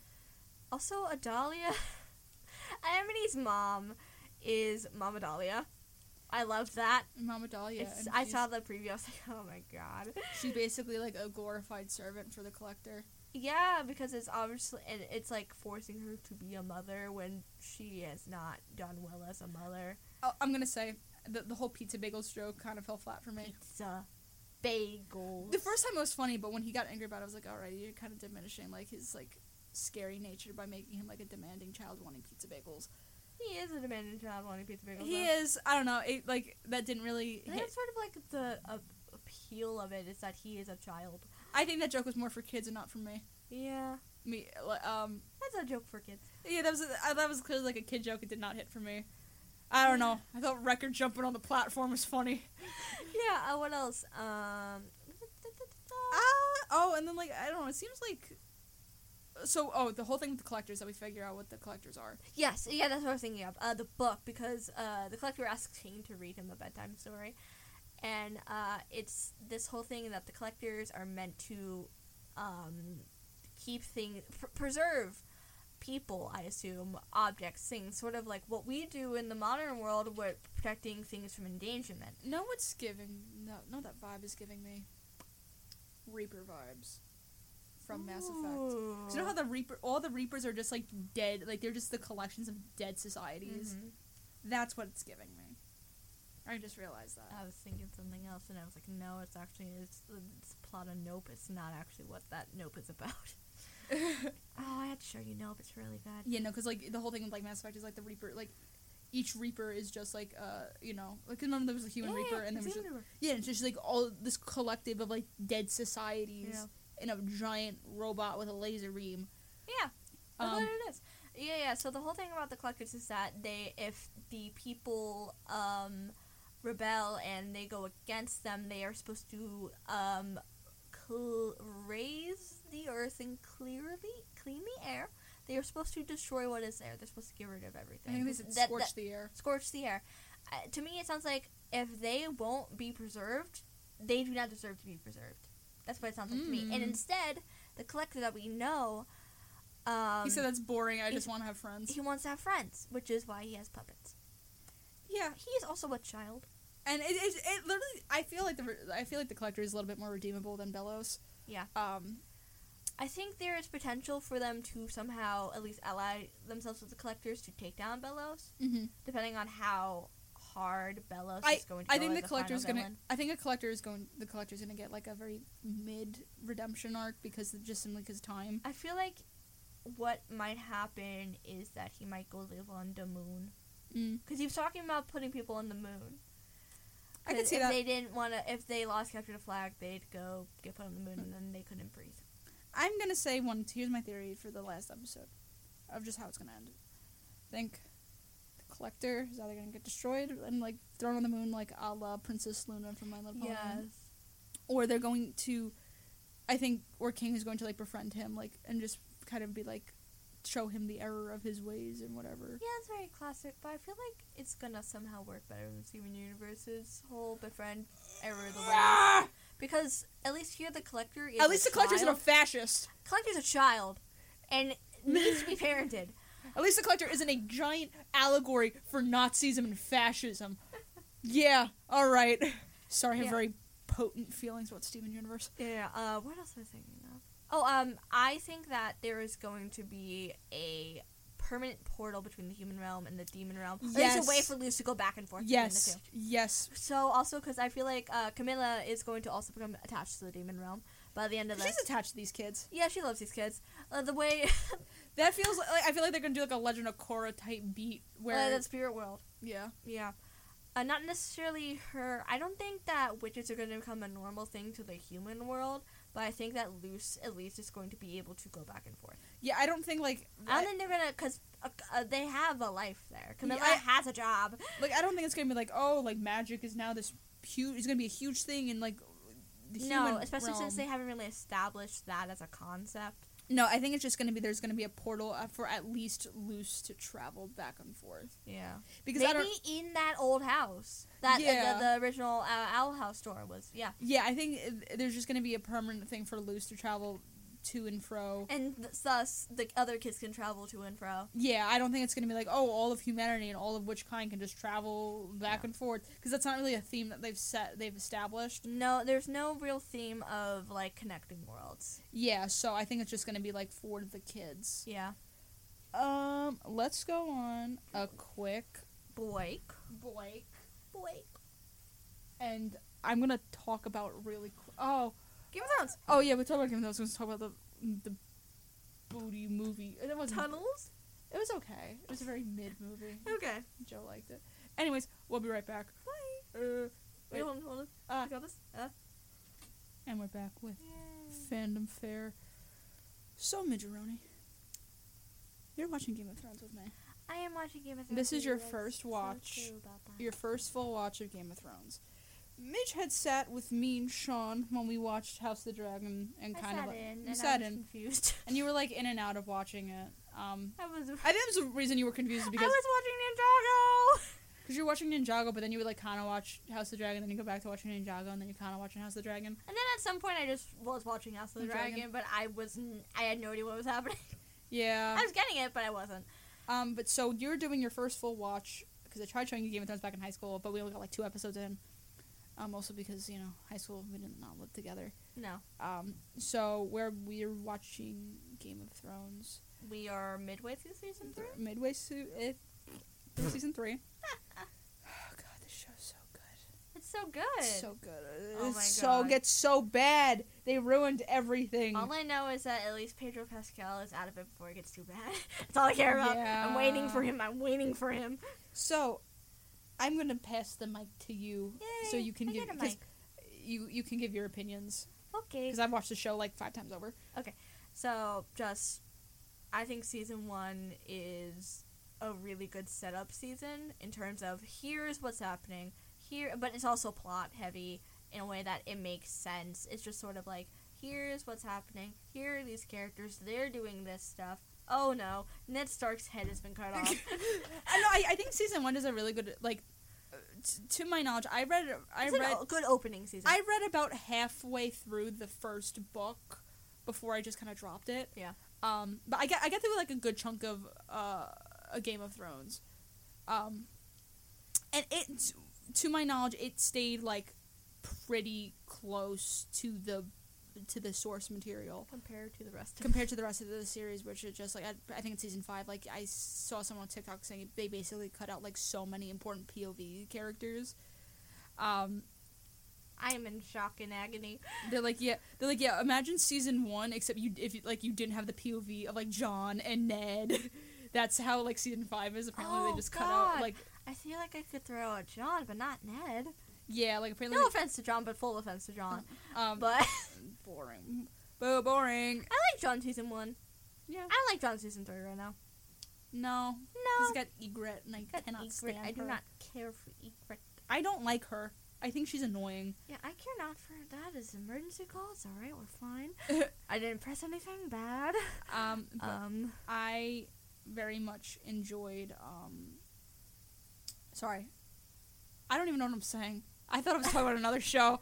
Also, Adalia, Amity's mom is Mama Dahlia. I love that.
Mama Dahlia.
It's-
and
I
she's-
saw the preview. I was like, oh my god.
she's basically like a glorified servant for the collector.
Yeah, because it's obviously and it's like forcing her to be a mother when she has not done well as a mother.
Oh, I'm gonna say the, the whole pizza bagels joke kind of fell flat for me.
Pizza, bagel.
The first time it was funny, but when he got angry about it, I was like, all right, you're kind of diminishing like his like scary nature by making him like a demanding child wanting pizza bagels.
he is a demanding child wanting pizza bagel.
He is. I don't know. It like that didn't really.
I think
Hit.
that's sort of like the uh, appeal of it is that he is a child.
I think that joke was more for kids and not for me.
Yeah,
Me like, um
that's a joke for kids.
yeah that was I, that was clearly like a kid joke. It did not hit for me. I don't know. I thought record jumping on the platform was funny.
Yeah. Uh, what else? Um.
Ah, oh, and then like I don't know. It seems like so. Oh, the whole thing with the collectors that we figure out what the collectors are.
Yes, yeah, that's what I was thinking of. Uh, the book, because uh, the collector asks Shane to read him a bedtime story. And uh, it's this whole thing that the collectors are meant to um, keep things, pr- preserve people, I assume, objects, things, sort of like what we do in the modern world with protecting things from endangerment.
No, it's giving. No, no, that vibe is giving me Reaper vibes from Mass Effect. 'Cause You know how the Reaper, all the Reapers are just like dead, like they're just the collections of dead societies.
Mhm.
That's what it's giving me. I just realized that.
I was thinking something else, and I was like, no, it's actually, it's, it's plot of Nope. It's not actually what that Nope is about. Oh, I had to show you Nope. It's really good.
yeah, no, because like the whole thing with like Mass Effect is like the Reaper, like each Reaper is just like uh, you know, like remember there was a human Reaper, and there was just, yeah, it's just like all this collective of like dead societies in a giant robot with a laser beam.
yeah, that's
Um,
what it is. Yeah, yeah. So the whole thing about the collectors is that they, if the people um, rebel and they go against them, they are supposed to um, cl- raise the earth and clear the clean the air. They are supposed to destroy what is there. They're supposed to get rid of
I
everything.
think they said
That-
scorch
that-
the air.
scorch the air. Uh, to me, it sounds like if they won't be preserved, they do not deserve to be preserved. That's what it sounds like to me. And
Mm.
instead, the collector that we know, um,
he said that's boring. I
he's-
just want to have friends.
he wants to have friends, which is why he has puppets. Uh,
yeah,
He is also a child.
and it, it, it literally. I feel like the re- I feel like the collector is a little bit more redeemable than Bellows.
Yeah.
Um.
I think there is potential for them to somehow at least ally themselves with the collectors to take down Bellows,
mhm.
depending on how hard Bellows is going to
I
go
think
as
the collector is
final
gonna.
villain.
I think a collector is going. The collector is gonna get like a very mid redemption arc because of- just simply because time.
I feel like what might happen is that he might go live on the moon
Mm.
because he was talking about putting people on the moon.
I could
'Cause
see
if
that.
They didn't want to. If they lost capture the flag, they'd go get put on the moon, and then they couldn't breathe.
I'm gonna say one. Here's my theory for the last episode, of just how it's gonna end. I think the collector is either gonna get destroyed and like thrown on the moon, like a la Princess Luna from My Little Pony, or they're going to. I think or King is going to like befriend him, like and just kind of be like, show him the error of his ways and whatever.
Yeah, it's very classic, but I feel like it's gonna somehow work better than Steven Universe's whole befriend error the way.
Ah!
Because at least here the collector is
At least
a
the collector's not a
child.
fascist.
collector's a child, and needs to be parented.
At least the collector isn't a giant allegory for Nazism and fascism. yeah, all right. Sorry, I have
Yeah.
very potent feelings about Steven Universe.
Yeah. Uh, what else was I thinking of? Oh, um, I think that there is going to be a permanent portal between the human realm and the demon realm. Or There's
Yes.
a way for Luce to go back and forth
Yes,
between the two.
yes.
So also because I feel like uh, Camilla is going to also become attached to the demon realm by the end of
She's
this.
attached to these kids.
yeah, she loves these kids. Uh, the way
That feels like I feel like they're gonna do like a Legend of Korra type beat where
uh, the spirit world.
yeah.
Yeah. Uh, not necessarily her. I don't think that witches are going to become a normal thing to the human world, but I think that Luce at least is going to be able to go back and forth.
Yeah, I don't think like
I
I
don't think they're gonna, cause uh, uh, they have a life there. Camilla
I-
has a job.
like I don't think it's gonna be like oh like magic is now this huge it's gonna be a huge thing in like the
No,
human
especially since they
realm.
haven't really established that as a concept.
no I think it's just gonna be there's gonna be a portal uh, for at least Luce to travel back and forth
Yeah,
because I don't
maybe in that old house that uh,
Yeah.
the, the original uh, Owl House store was. Yeah,
Yeah, I think uh, there's just going to be a permanent thing for Luce to travel to and fro.
and th- thus the other kids can travel to and fro.
Yeah, I don't think it's going to be like, oh, all of humanity and all of which kind can just travel back
Yeah.
and forth because that's not really a theme that they've set they've established.
No, there's no real theme of like connecting worlds.
Yeah, so I think it's just going to be like for the kids.
Yeah,
Um, let's go on a quick
Blake.
break
Blake.
and I'm going to talk about really qu- Oh,
Game of Thrones
oh yeah, we talked about Game of Thrones. I was going to talk about the the booty movie. It wasn't
tunnels.
It was okay. It was a very mid movie.
Okay.
Joe liked it. Anyways, we'll be right back.
Bye.
Uh,
Wait, hold on, hold on.
Uh,
I got this. Uh,
and we're back with
yeah.
Fandom Fair. So, Midgeroni, you're watching Game of Thrones with me.
I am watching Game of Thrones.
This is your
That's
first
so
watch.
true about that.
Your first full watch of Game of Thrones. Midge had sat with me and Sean when we watched House of the Dragon and
I
kind
sat
of like,
in
you
and
sat
I was
in,
confused.
and you were like in and out of watching it. Um,
I was.
I think that was the reason you were confused is
I
because
was watching Ninjago.
cause you were watching Ninjago, but then you would like kind of watch House of the Dragon, then you go back to watching Ninjago, and then you kind of watching House of the Dragon.
And then at some point, I just was watching House of the
Dragon.
Dragon, but I wasn't. I had no idea what was happening.
Yeah.
I was getting it, but I wasn't.
Um, but so you're doing your first full watch because I tried showing you Game of Thrones back in high school, but we only got like two episodes in. Um, also because you know high school we did not live together.
No,
Um, so where we're watching Game of Thrones
we are midway through season three.
midway through, eh, through season three. oh god, this show's so good,
It's so good.
It's so good.
Oh
it's
my
so
God.
gets so bad. They ruined everything.
all I know is that at least Pedro Pascal is out of it before it gets too bad. That's all I care about. I'm waiting for
Yeah.
him. I'm waiting for him.
so I'm gonna pass the mic to you so
Yay,
you can
I
give
get a
'cause
mic.
you you can give your opinions.
Okay.
because I've watched the show like five times over.
So just, I think season one is a really good setup season in terms of here's what's happening here, but it's also plot heavy in a way that it makes sense. It's just sort of like here's what's happening. Here are these characters. They're doing this stuff. Oh no, Ned Stark's head has been cut off.
Um, I know. I, I think season one does a really good like. uh, T- to my knowledge, I read. I
It's
read.
a good opening season.
I read about halfway through the first book before I just kind of dropped it.
Yeah.
Um, but I got I got through like a good chunk of uh, a Game of Thrones, um, and it to my knowledge it stayed like pretty close to the to the source material.
compared to the rest of
compared to the rest of the series, which is just like I, I think it's season five. Like I saw someone on TikTok saying they basically cut out like so many important POV characters. Um,
I am in shock and agony.
they're like yeah, they're like yeah. Imagine season one except you if you, like you didn't have the POV of like John and Ned. That's how like season five is. Apparently,
Oh,
they just cut out
God.
like
I feel like I could throw out John, but not Ned.
yeah, like apparently,
No offense to John, but full offense to John.
um,
But I
boring, bo boring.
like John season one.
Yeah,
I like John season three right now.
no,
No,
he's got egret, and I
got
cannot
Egret.
stand
I do
her.
not care for E. Egret.
I don't like her. I think she's annoying.
Yeah, I care not for that. Is emergency call. It's all right. We're fine. I didn't press anything bad.
Um, but
Um,
I very much enjoyed. Um, sorry, I don't even know what I'm saying. I thought I was talking about another show.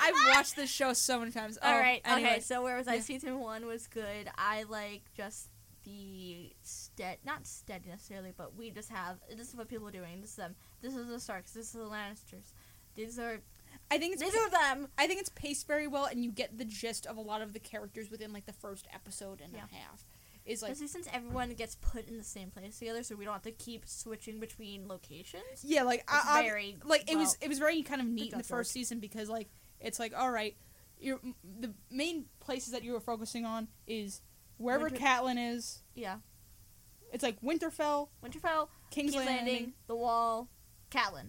I've watched this show so many times.
all
Oh,
right.
anyway.
Okay. So where was I?
Yeah.
Season one was good. I like just the stead, not steady necessarily, but we just have this is what people are doing. This is them. This is the Starks. This is the Lannisters. These are
I think it's
these are them.
I think it's paced very well, and you get the gist of a lot of the characters within like the first episode and
Yeah.
a half. Is like
Especially since everyone gets put in the same place together, so we don't have to keep switching between locations.
yeah, like
It's
I, I-
very
like it was
well-
it was very kind of neat in
job,
the first season because like it's like all right, your the main places that you were focusing on is wherever
Winter-
Catelyn is.
yeah.
It's like Winterfell,
Winterfell,
King's,
King's, Landing,
Landing,
The Wall, Catelyn.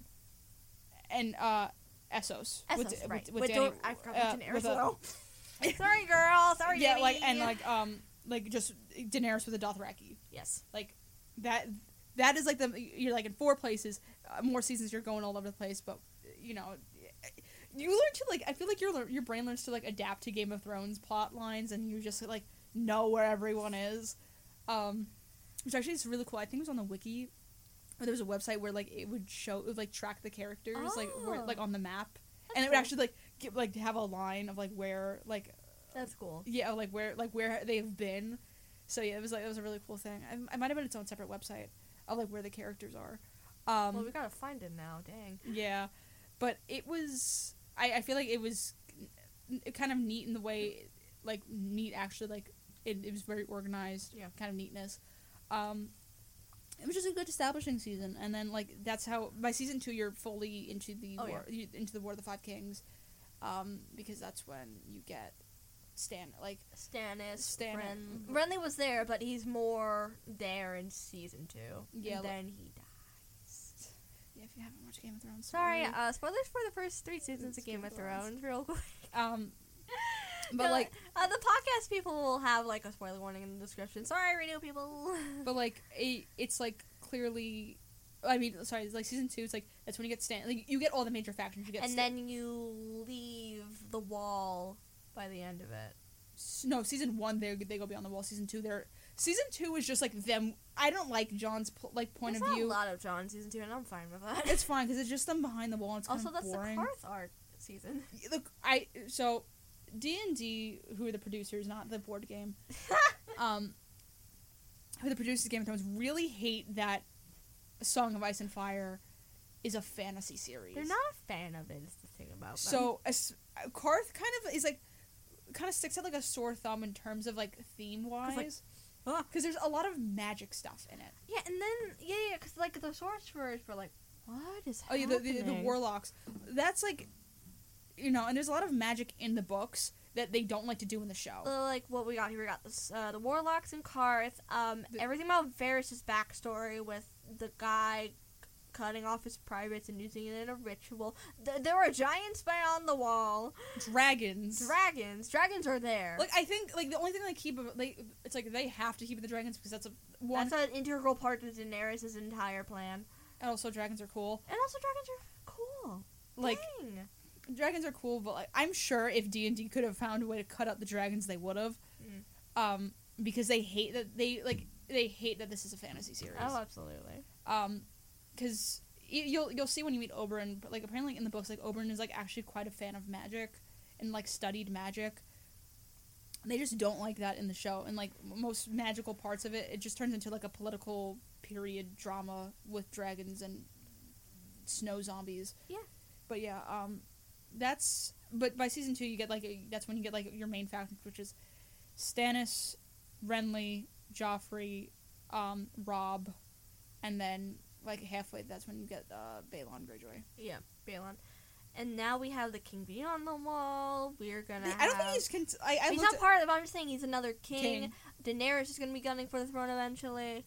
and uh, Essos.
Essos, right. With
Danny-
Dor- I forgot
uh,
to mention
with, uh,
Aerys. sorry, girl. Sorry,
yeah,
Dany.
like and like um like just Daenerys with the Dothraki.
yes,
like that that is like the you're like in four places uh, more seasons you're going all over the place but you know you learn to like i feel like your lear- your brain learns to like adapt to game of thrones plot lines and you just like know where everyone is um which actually is really cool i think it was on the wiki or there was a website where like it would show it would like track the characters like where,
Oh.
like on the map
That's
and it would
cool.
actually like get, like have a line of like where like
that's cool.
yeah, like where like where they've been. So yeah, it was like it was a really cool thing. I, I might have been its own separate website of like where the characters are. Um,
well, we gotta find him now. Dang.
yeah, but it was I, I feel like it was n- kind of neat in the way like neat actually like it, it was very organized.
Yeah.
kind of neatness. Um, it was just a good establishing season, and then like that's how by season two you're fully into the
Oh,
war, you, into the War of the Five Kings, um, because that's when you get Stan like
Stannis. mm-hmm.
Stan-
Ren- Renly was there, but he's more there in season two.
Yeah,
And
like-
then he dies.
Yeah, if you haven't watched Game of Thrones,
Sorry,
sorry.
uh, spoilers for the first three seasons of Game of Thrones, real quick.
um, but
No,
like,
uh, the podcast people will have like a spoiler warning in the description. Sorry, radio people.
but like, it, it's like clearly. I mean, sorry, it's like season two. It's like that's when you get Stan. Like you get all the major factions. You get
and
Stan-
then you leave the wall by the end of it.
S- no season one. They they go beyond the wall. Season two, they're season two is just like them. I don't like John's pl- like point
There's
of
not a
view.
lot of John season two, and I'm fine with that.
It's fine because it's just them behind the wall. And it's kind
also
of
that's
boring.
the Karth arc season.
Look, I so D and D, who are the producers, not the board game, um, who the producers of Game of Thrones really hate that Song of Ice and Fire is a fantasy series.
They're not a fan of it. Is the thing about them.
So as, Karth kind of is like kind of sticks out like a sore thumb in terms of like theme
like,
wise, because
ah.
there's a lot of magic stuff in it.
yeah, and then yeah, yeah, because like the sorcerers were like, what is
Oh yeah, the, the, the
happening?"
warlocks. That's like, you know, and there's a lot of magic in the books that they don't like to do in the show.
Uh, like what we got here, we got this, uh, the warlocks and Karth. Um,
The-
everything about Varys' backstory with the guy c- cutting off his privates and using it in a ritual. Th- there were giants beyond the wall.
Dragons.
Dragons, dragons are there.
Like I think like the only thing they keep of- they it's like they have to keep the dragons because that's a one
That's an integral part of Daenerys' entire plan.
and also dragons are cool.
And also, dragons are cool.
Like
Dang.
dragons are cool, but like I'm sure if D and D could have found a way to cut out the dragons, they would have.
Mm.
Um, because they hate that they like they hate that this is a fantasy series.
oh, absolutely.
Um, because you'll you'll see when you meet Oberyn, but like apparently in the books, like Oberyn is like actually quite a fan of magic, and like studied magic. They just don't like that in the show, and like most magical parts of it, it just turns into like a political period drama with dragons and snow zombies.
Yeah.
But yeah, um, that's but by season two you get like a, that's when you get like your main factions, which is Stannis, Renly, Joffrey, um, Rob, and then like halfway that's when you get uh, Balon Greyjoy.
Yeah, Balon. And now we have the king beyond the wall. We're gonna.
I don't think
have-
he's. Cont- I, I
he's
looked
not
at-
part of. it, but I'm just saying he's another king.
King.
Daenerys is gonna be gunning for the throne eventually.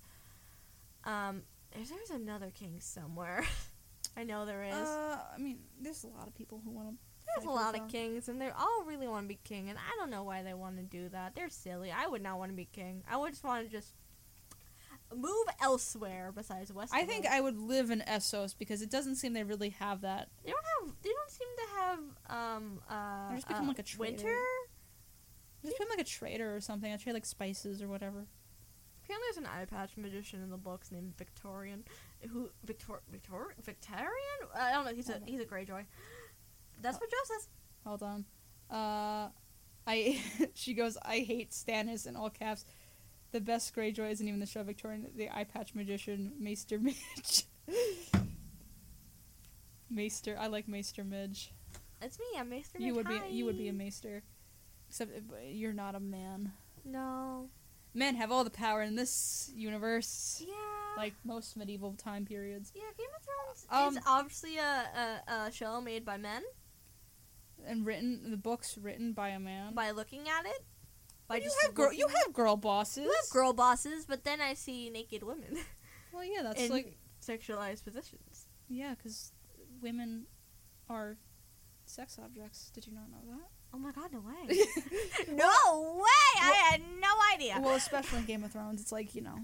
Um, there's, there's another king somewhere. I know there is.
Uh, I mean, there's a lot of people who want to.
There's a lot of kings, and they all really want to be king, and I don't know why they want to do that. They're silly. I would not want to be king. I would just want to just move elsewhere besides Westeros.
I think I would live in Essos because it doesn't seem they really have that.
they don't have. They don't seem to have. Um, uh,
They just become
uh,
like a traitor.
winter.
Just become like a trader or something. I trade like spices or whatever.
Apparently, there's an eye patch magician in the books named Victorian, who Victor Victor Victorian. I don't know. He's a
Hold on.
he's a Greyjoy. That's what Joe says.
Hold on. Uh, I she goes. I hate Stannis in all caps. The best Greyjoy isn't even the show Victorian. The eye patch magician, Maester Midge. Maester, I like Maester Midge.
It's me. I'm Maester.
You would be, you would be a
Midnight.
Maester, except uh, but you're not a man.
No.
Men have all the power in this universe,
Yeah.
like um, most medieval time periods.
Yeah, Game of Thrones
Um,
is obviously a, a, a show made by men.
And written, the books written by a man.
By looking at it, by
But you have girl, you
looking-
have girl bosses.
you have girl bosses, but then I see naked women
Well, yeah, that's
in
like
sexualized positions.
Yeah, because women are sex objects. Did you not know that?
Oh my god, no way! no way! I had no idea.
Well, especially in Game of Thrones, it's like you know,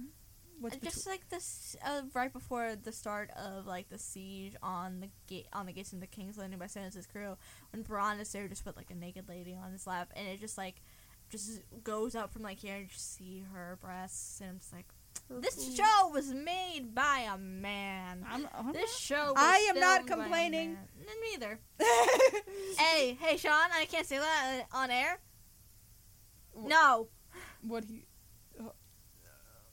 what's
Uh, just like this, uh, right before the start of like the siege on the gate on the gates in the King's Landing by Stannis' crew, when Bronn is there, just with like a naked lady on his lap, and it just like just goes up from like here and you just see her breasts, and I'm just like.
between-
This show was made by a man.
I'm, I'm
This show. Was
Uh-huh. I am not
filmed by a
complaining.
man. N- Me neither.
not-
Hey, hey, Sean, I can't say that uh, on air. No.
what he? Oh,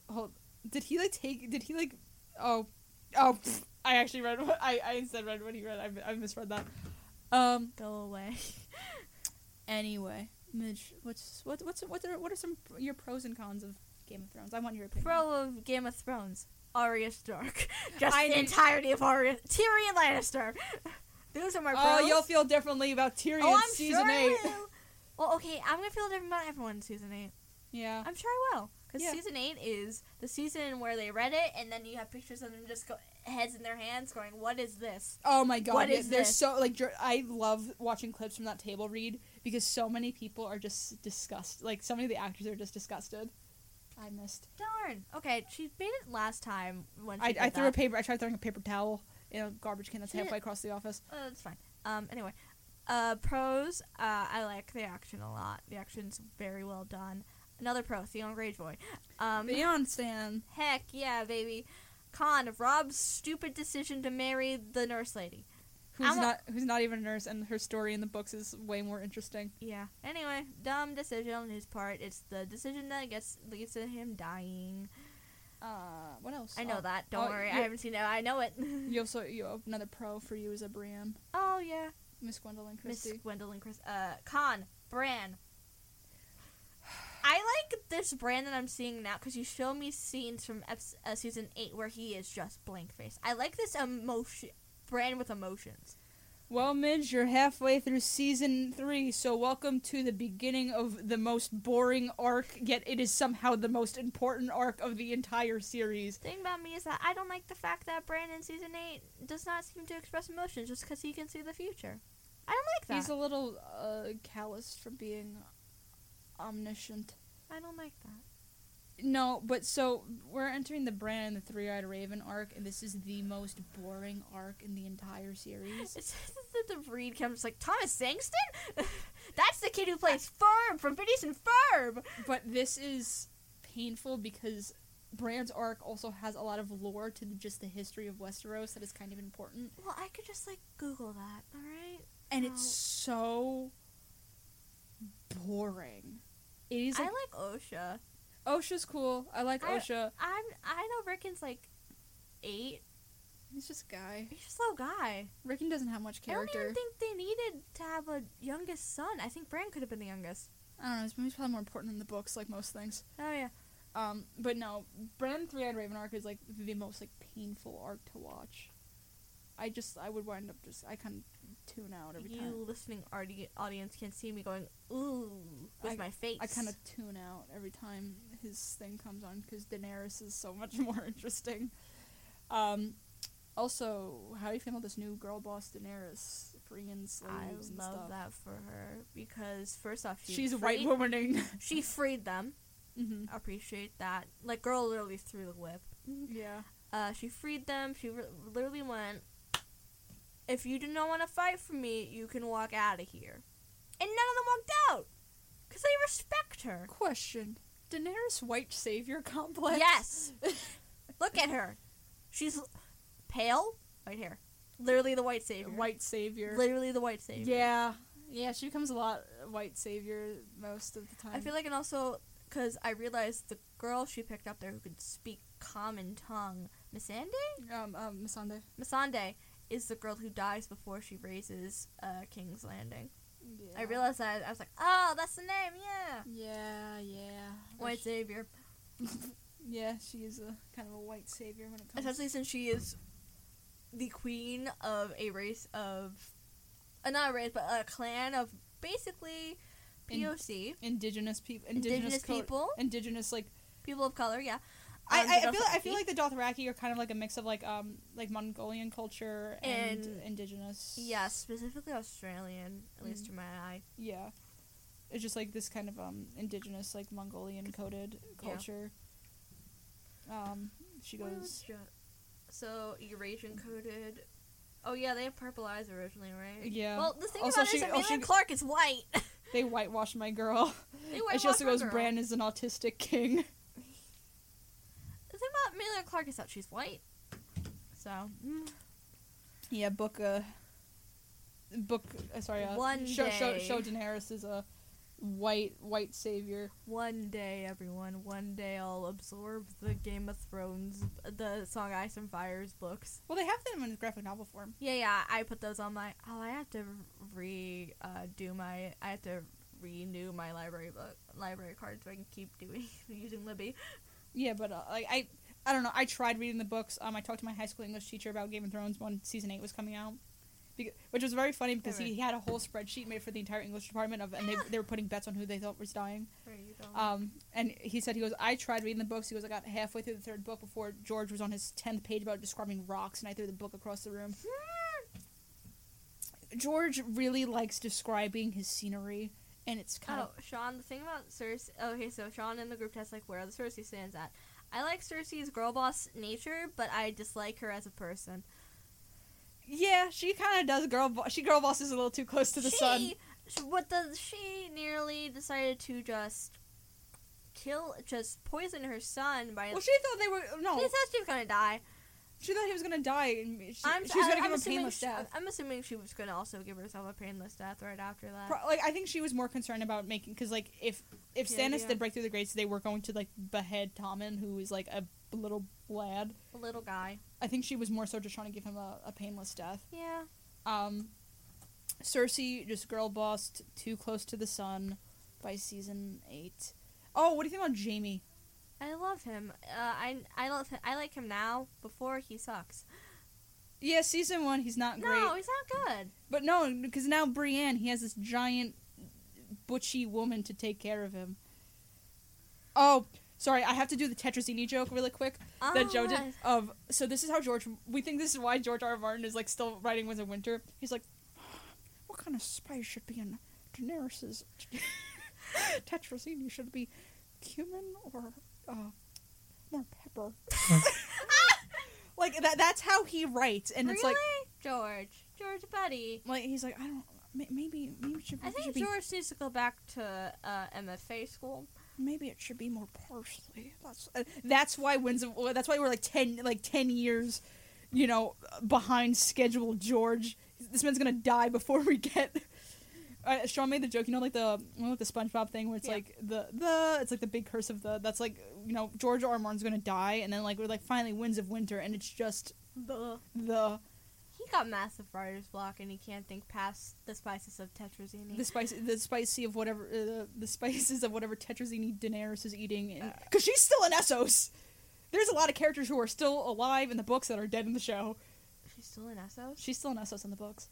hold. Did he like take? Did he like? Oh, oh! pfft, I actually read. What, I I instead read what he read. I, mi- I misread that. Um.
Go away.
Anyway, Midge, what's what what's what are what are some your pros and cons of Game of Thrones? I want your opinion.
Pro of Game of Thrones, Arya Stark. Just
I-
the entirety of Arya. Tyrion Lannister. Those are my
Oh,
pros.
you'll feel differently about Tyrion
oh, I'm
season
sure I
eight.
will. Well, okay, I'm gonna feel different about everyone in season eight.
Yeah.
I'm sure I will. Because
Yeah.
season 8 is the season where they read it, and then you have pictures of them just go- heads in their hands going, What is this?
Oh my god,
What
yeah,
is
they're
this?
so like dr- I love watching clips from that table read because so many people are just disgusted. Like so many of the actors are just disgusted. I missed.
Darn. Okay, she made it last time when she
I,
did
I threw a
that.
paper. I tried throwing a paper towel in a garbage can that's
She did-
halfway across the office.
Uh, That's fine. Um, anyway, uh, pros. Uh, I like the action a lot. The action's very well done. Another pro, Theon Greyjoy. Um,
Beyond Stan.
heck yeah, baby. Con, Rob's stupid decision to marry the nurse lady.
Who's
I'm a-
not who's not even a nurse, and her story in the books is way more interesting.
Yeah. Anyway, dumb decision on his part. It's the decision that gets leads to him dying.
Uh, what else?
I know
Oh,
that. Don't
oh,
worry. I
you-
haven't seen it. I know it.
You also you have another pro for you is a Brienne,
oh yeah,
Miss Gwendolyn
Miss
Christie.
Gwendolyn Chris. Uh, Con Bran. I like this Bran that I'm seeing now because you show me scenes from eps- uh, season eight where he is just blank face. I like this emotion Bran with emotions.
Well, Midge, you're halfway through season three, so welcome to the beginning of the most boring arc, yet it is somehow the most important arc of the entire series.
thing about me is that I don't like the fact that Bran in season eight does not seem to express emotions just because he can see the future. I don't like that.
He's a little uh, calloused from being omniscient.
I don't like that.
No, but so we're entering the Bran and the Three Eyed Raven arc, and this is the most boring arc in the entire series.
It's that the breed comes like Thomas Sangston. That's the kid who plays Ferb from Phineas and Ferb.
But this is painful because Bran's arc also has a lot of lore to just the history of Westeros that is kind of important.
Well, I could just like Google that. All right.
and it's so boring. It is
I
like,
like OSHA.
OSHA's cool. I like
I-
OSHA.
I'm. I know Rickon's like eight.
He's just a guy.
He's just a little guy.
Rickon doesn't have much
I don't
character.
even think they needed to have a youngest son. I think Bran could have been the youngest.
I don't know. His movie's probably more important in the books, like most things.
Oh yeah.
Um, but no, Bran Three Eyed Raven arc is like the most like painful arc to watch. I just I would wind up just I kind of tune out every
you
time.
listening ardi- audience can see me going ooh with my face.
I kind of tune out every time his thing comes on because Daenerys is so much more interesting. Um, also, how do you feel about this new girl boss Daenerys bringing slaves
I
and
love
stuff?
that for her because first off, she
She's a white
freed,
womaning.
She freed them.
hmm
I appreciate that. Like girl literally threw the whip.
Yeah.
Uh, she freed them. She re- literally went. If you do not want to fight for me, you can walk out of here. And none of them walked out because they respect her.
Question: Daenerys white savior complex?
Yes. Look at her. She's l- pale. Right here. Literally the white savior.
White savior.
Literally the white savior.
Yeah. Yeah, she becomes a lot white savior most of the time.
I feel like, and also, because I realized the girl she picked up there who could speak common tongue, Missandei?
um um Missandei.
Missandei is the girl who dies before she raises uh, King's Landing.
Yeah.
I realized that. I was like, oh, that's the name, yeah.
Yeah, yeah.
White savior.
Yeah, she is a kind of a white savior when it comes.
Especially since she is the queen of a race of. Uh, not a race, but a clan of basically
In-
POC.
indigenous people,
Indigenous,
indigenous, co-
people.
indigenous like
People of color, yeah.
I,
Um,
I,
the
I feel I feel
Dothraki.
like the Dothraki are kind of like a mix of like um like Mongolian culture and,
And-
indigenous.
Yeah, specifically Australian, at least
Mm.
to my eye.
yeah. It's just like this kind of um indigenous like Mongolian coded culture. Um, she
Where
goes.
was Jo- So Eurasian coded. Oh yeah, they have purple eyes originally, right?
Yeah.
Well, the thing
Also,
about it
she-
is that
oh,
Amelia
she-
Clark is white.
They whitewash my girl.
they
and she
whitewash her
also goes.
girl.
Bran is an autistic king.
The thing about Amelia Clark is that she's white. So
Hmm.
mm,
Yeah, book uh book. Uh, sorry, uh,
One
show, show
day.
show Daenerys is a white white savior.
one day, everyone, one day I'll absorb the Game of Thrones, the Song Ice and Fires books.
Well, they have them in graphic novel form.
Yeah, yeah. I put those on my. Oh, I have to re uh, do my. I have to renew my library book library card so I can keep doing using Libby.
Yeah, but uh, like I, I don't know. I tried reading the books. Um, I talked to my high school English teacher about Game of Thrones when season eight was coming out, because, which was very funny because he, he had a whole spreadsheet made for the entire English department of, and they they were putting bets on who they thought was dying.
There you go.
Um, and he said he goes, I tried reading the books. He goes, I got halfway through the third book before George was on his tenth page about describing rocks, and I threw the book across the room. George really likes describing his scenery, and it's kind
Oh,
of
Sean, the thing about Cersei. Okay, so Sean in the group test, like, where the Cersei stands at. I like Cersei's girl boss nature, but I dislike her as a person.
yeah, she kind of does girl. Bo- she girl bosses a little too close to the
she,
sun.
sh- What the she nearly decided to just kill, just poison her son by.
Well, she thought they were
she
no.
thought she was gonna die.
She thought he was gonna die, and she,
I'm,
she was
I'm
gonna give him a
assuming
painless
she-
death.
I'm assuming she was gonna also give herself a painless death right after that.
Pro- like I think she was more concerned about making because like if if
Yeah,
Stannis
yeah.
did break through the grates, they were going to like behead Tommen, who is like a little lad.
A little guy.
I think she was more so just trying to give him a, a painless death.
Yeah.
Um, Cersei just girl bossed too close to the sun by season eight. Oh, what do you think about Jamie?
I love him. Uh, I I love him. I like him now. Before he sucks.
Yeah, season one he's not great,
No, he's not good.
but no, because now Brienne he has this giant butchy woman to take care of him. Oh, sorry, I have to do the Tetrazzini joke really quick. that Joe did
yes.
of so this is how George we think this is why George R. R. Martin is like still writing Winds of Winter. He's like what kind of spice should be in Daenerys's Tetrazzini? Should it be cumin or uh, more pepper? like that that's how he writes and
really?
it's like
George. George Buddy.
like he's like I don't may- maybe maybe it should,
I
should
think
be
George needs to go back to uh, MFA school.
maybe it should be more parsley. That's uh, that's why Winds of well, that's why we're like ten like ten years, you know, behind schedule. George, this man's gonna die before we get. Uh, Sean made the joke, you know, like the you know, like the SpongeBob thing where it's
Yeah.
like the the it's like the big curse of the that's like you know George R. R. Martin's gonna die, and then like we're like finally Winds of Winter, and it's just the
He got massive writer's block and he can't think past the spices of tetrazzini.
the spice the spicy of whatever uh, the spices of whatever Tetrazzini Daenerys is eating,
Uh.
because she's still in Essos. There's a lot of characters who are still alive in the books that are dead in the show.
She's still in Essos.
She's still in Essos in the books.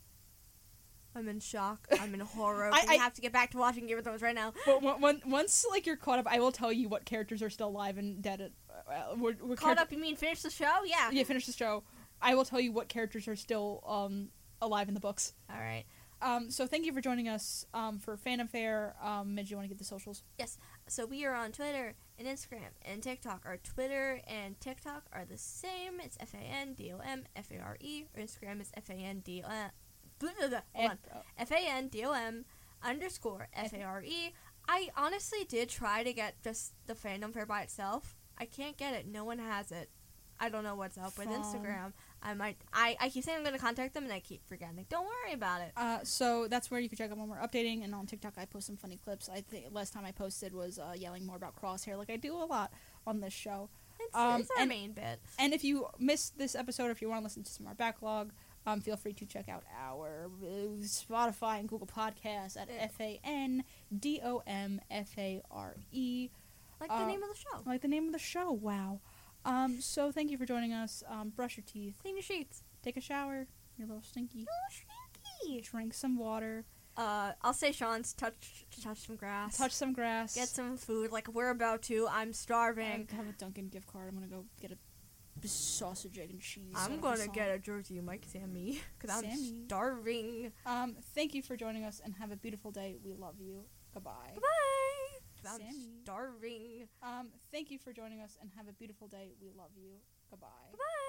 I'm in shock. I'm in horror.
I-
we
I-
have to get back to watching Game of Thrones right now.
But when, when, once like you're caught up, I will tell you what characters are still alive and dead. At, uh, we're, we're
Caught
character-
up? You mean finish the show? Yeah.
Yeah, finish the show. I will tell you what characters are still um, alive in the books.
All right.
Um, so thank you for joining us um, for Phantom Fair. Um, Midge, you want to get the socials?
So we are on Twitter and Instagram and TikTok. Our Twitter and TikTok are the same. It's F A N D O M F A R E. Our Instagram is F A N D O M. blah, blah, blah. Hold on.
Uh,
F A N D O M underscore F A R E. I honestly did try to get just the fandom fair by itself. I can't get it. No one has it. I don't know what's up with
Fun.
Instagram. I might. I, I keep saying I'm going to contact them and I keep forgetting. Don't worry about it.
Uh, so that's where you can check out when we're updating. And on TikTok, I post some funny clips. I think last time I posted was uh, yelling more about crosshair, like I do a lot on this show.
It's,
Um,
it's our
and-
main bit.
And if you missed this episode, or if you want to listen to some of our backlog, um, feel free to check out our uh, Spotify and Google Podcasts at
Yeah.
F A N D O M F A R E.
Like the
uh,
name of the show.
Like the name of the show. Wow. Um, so thank you for joining us. Um, brush your teeth,
Clean your sheets.
take a shower, you're a little stinky.
Oh, stinky.
Drink some water,
Uh, I'll say Sean's touch touch some grass.
touch some grass.
Get some food. Like we're about to. I'm starving.
I have a Dunkin' gift card. I'm gonna go get a b- sausage, egg, and cheese.
I'm gonna get a jersey you might Sammy because I'm
Sammy.
starving.
A- um, thank you for joining us, and have a beautiful day. We love you. Goodbye.
Goodbye. 'Cause I'm
Sammy.
starving.
Um, thank you for joining us, and have a beautiful day. We love you. Goodbye.
Goodbye.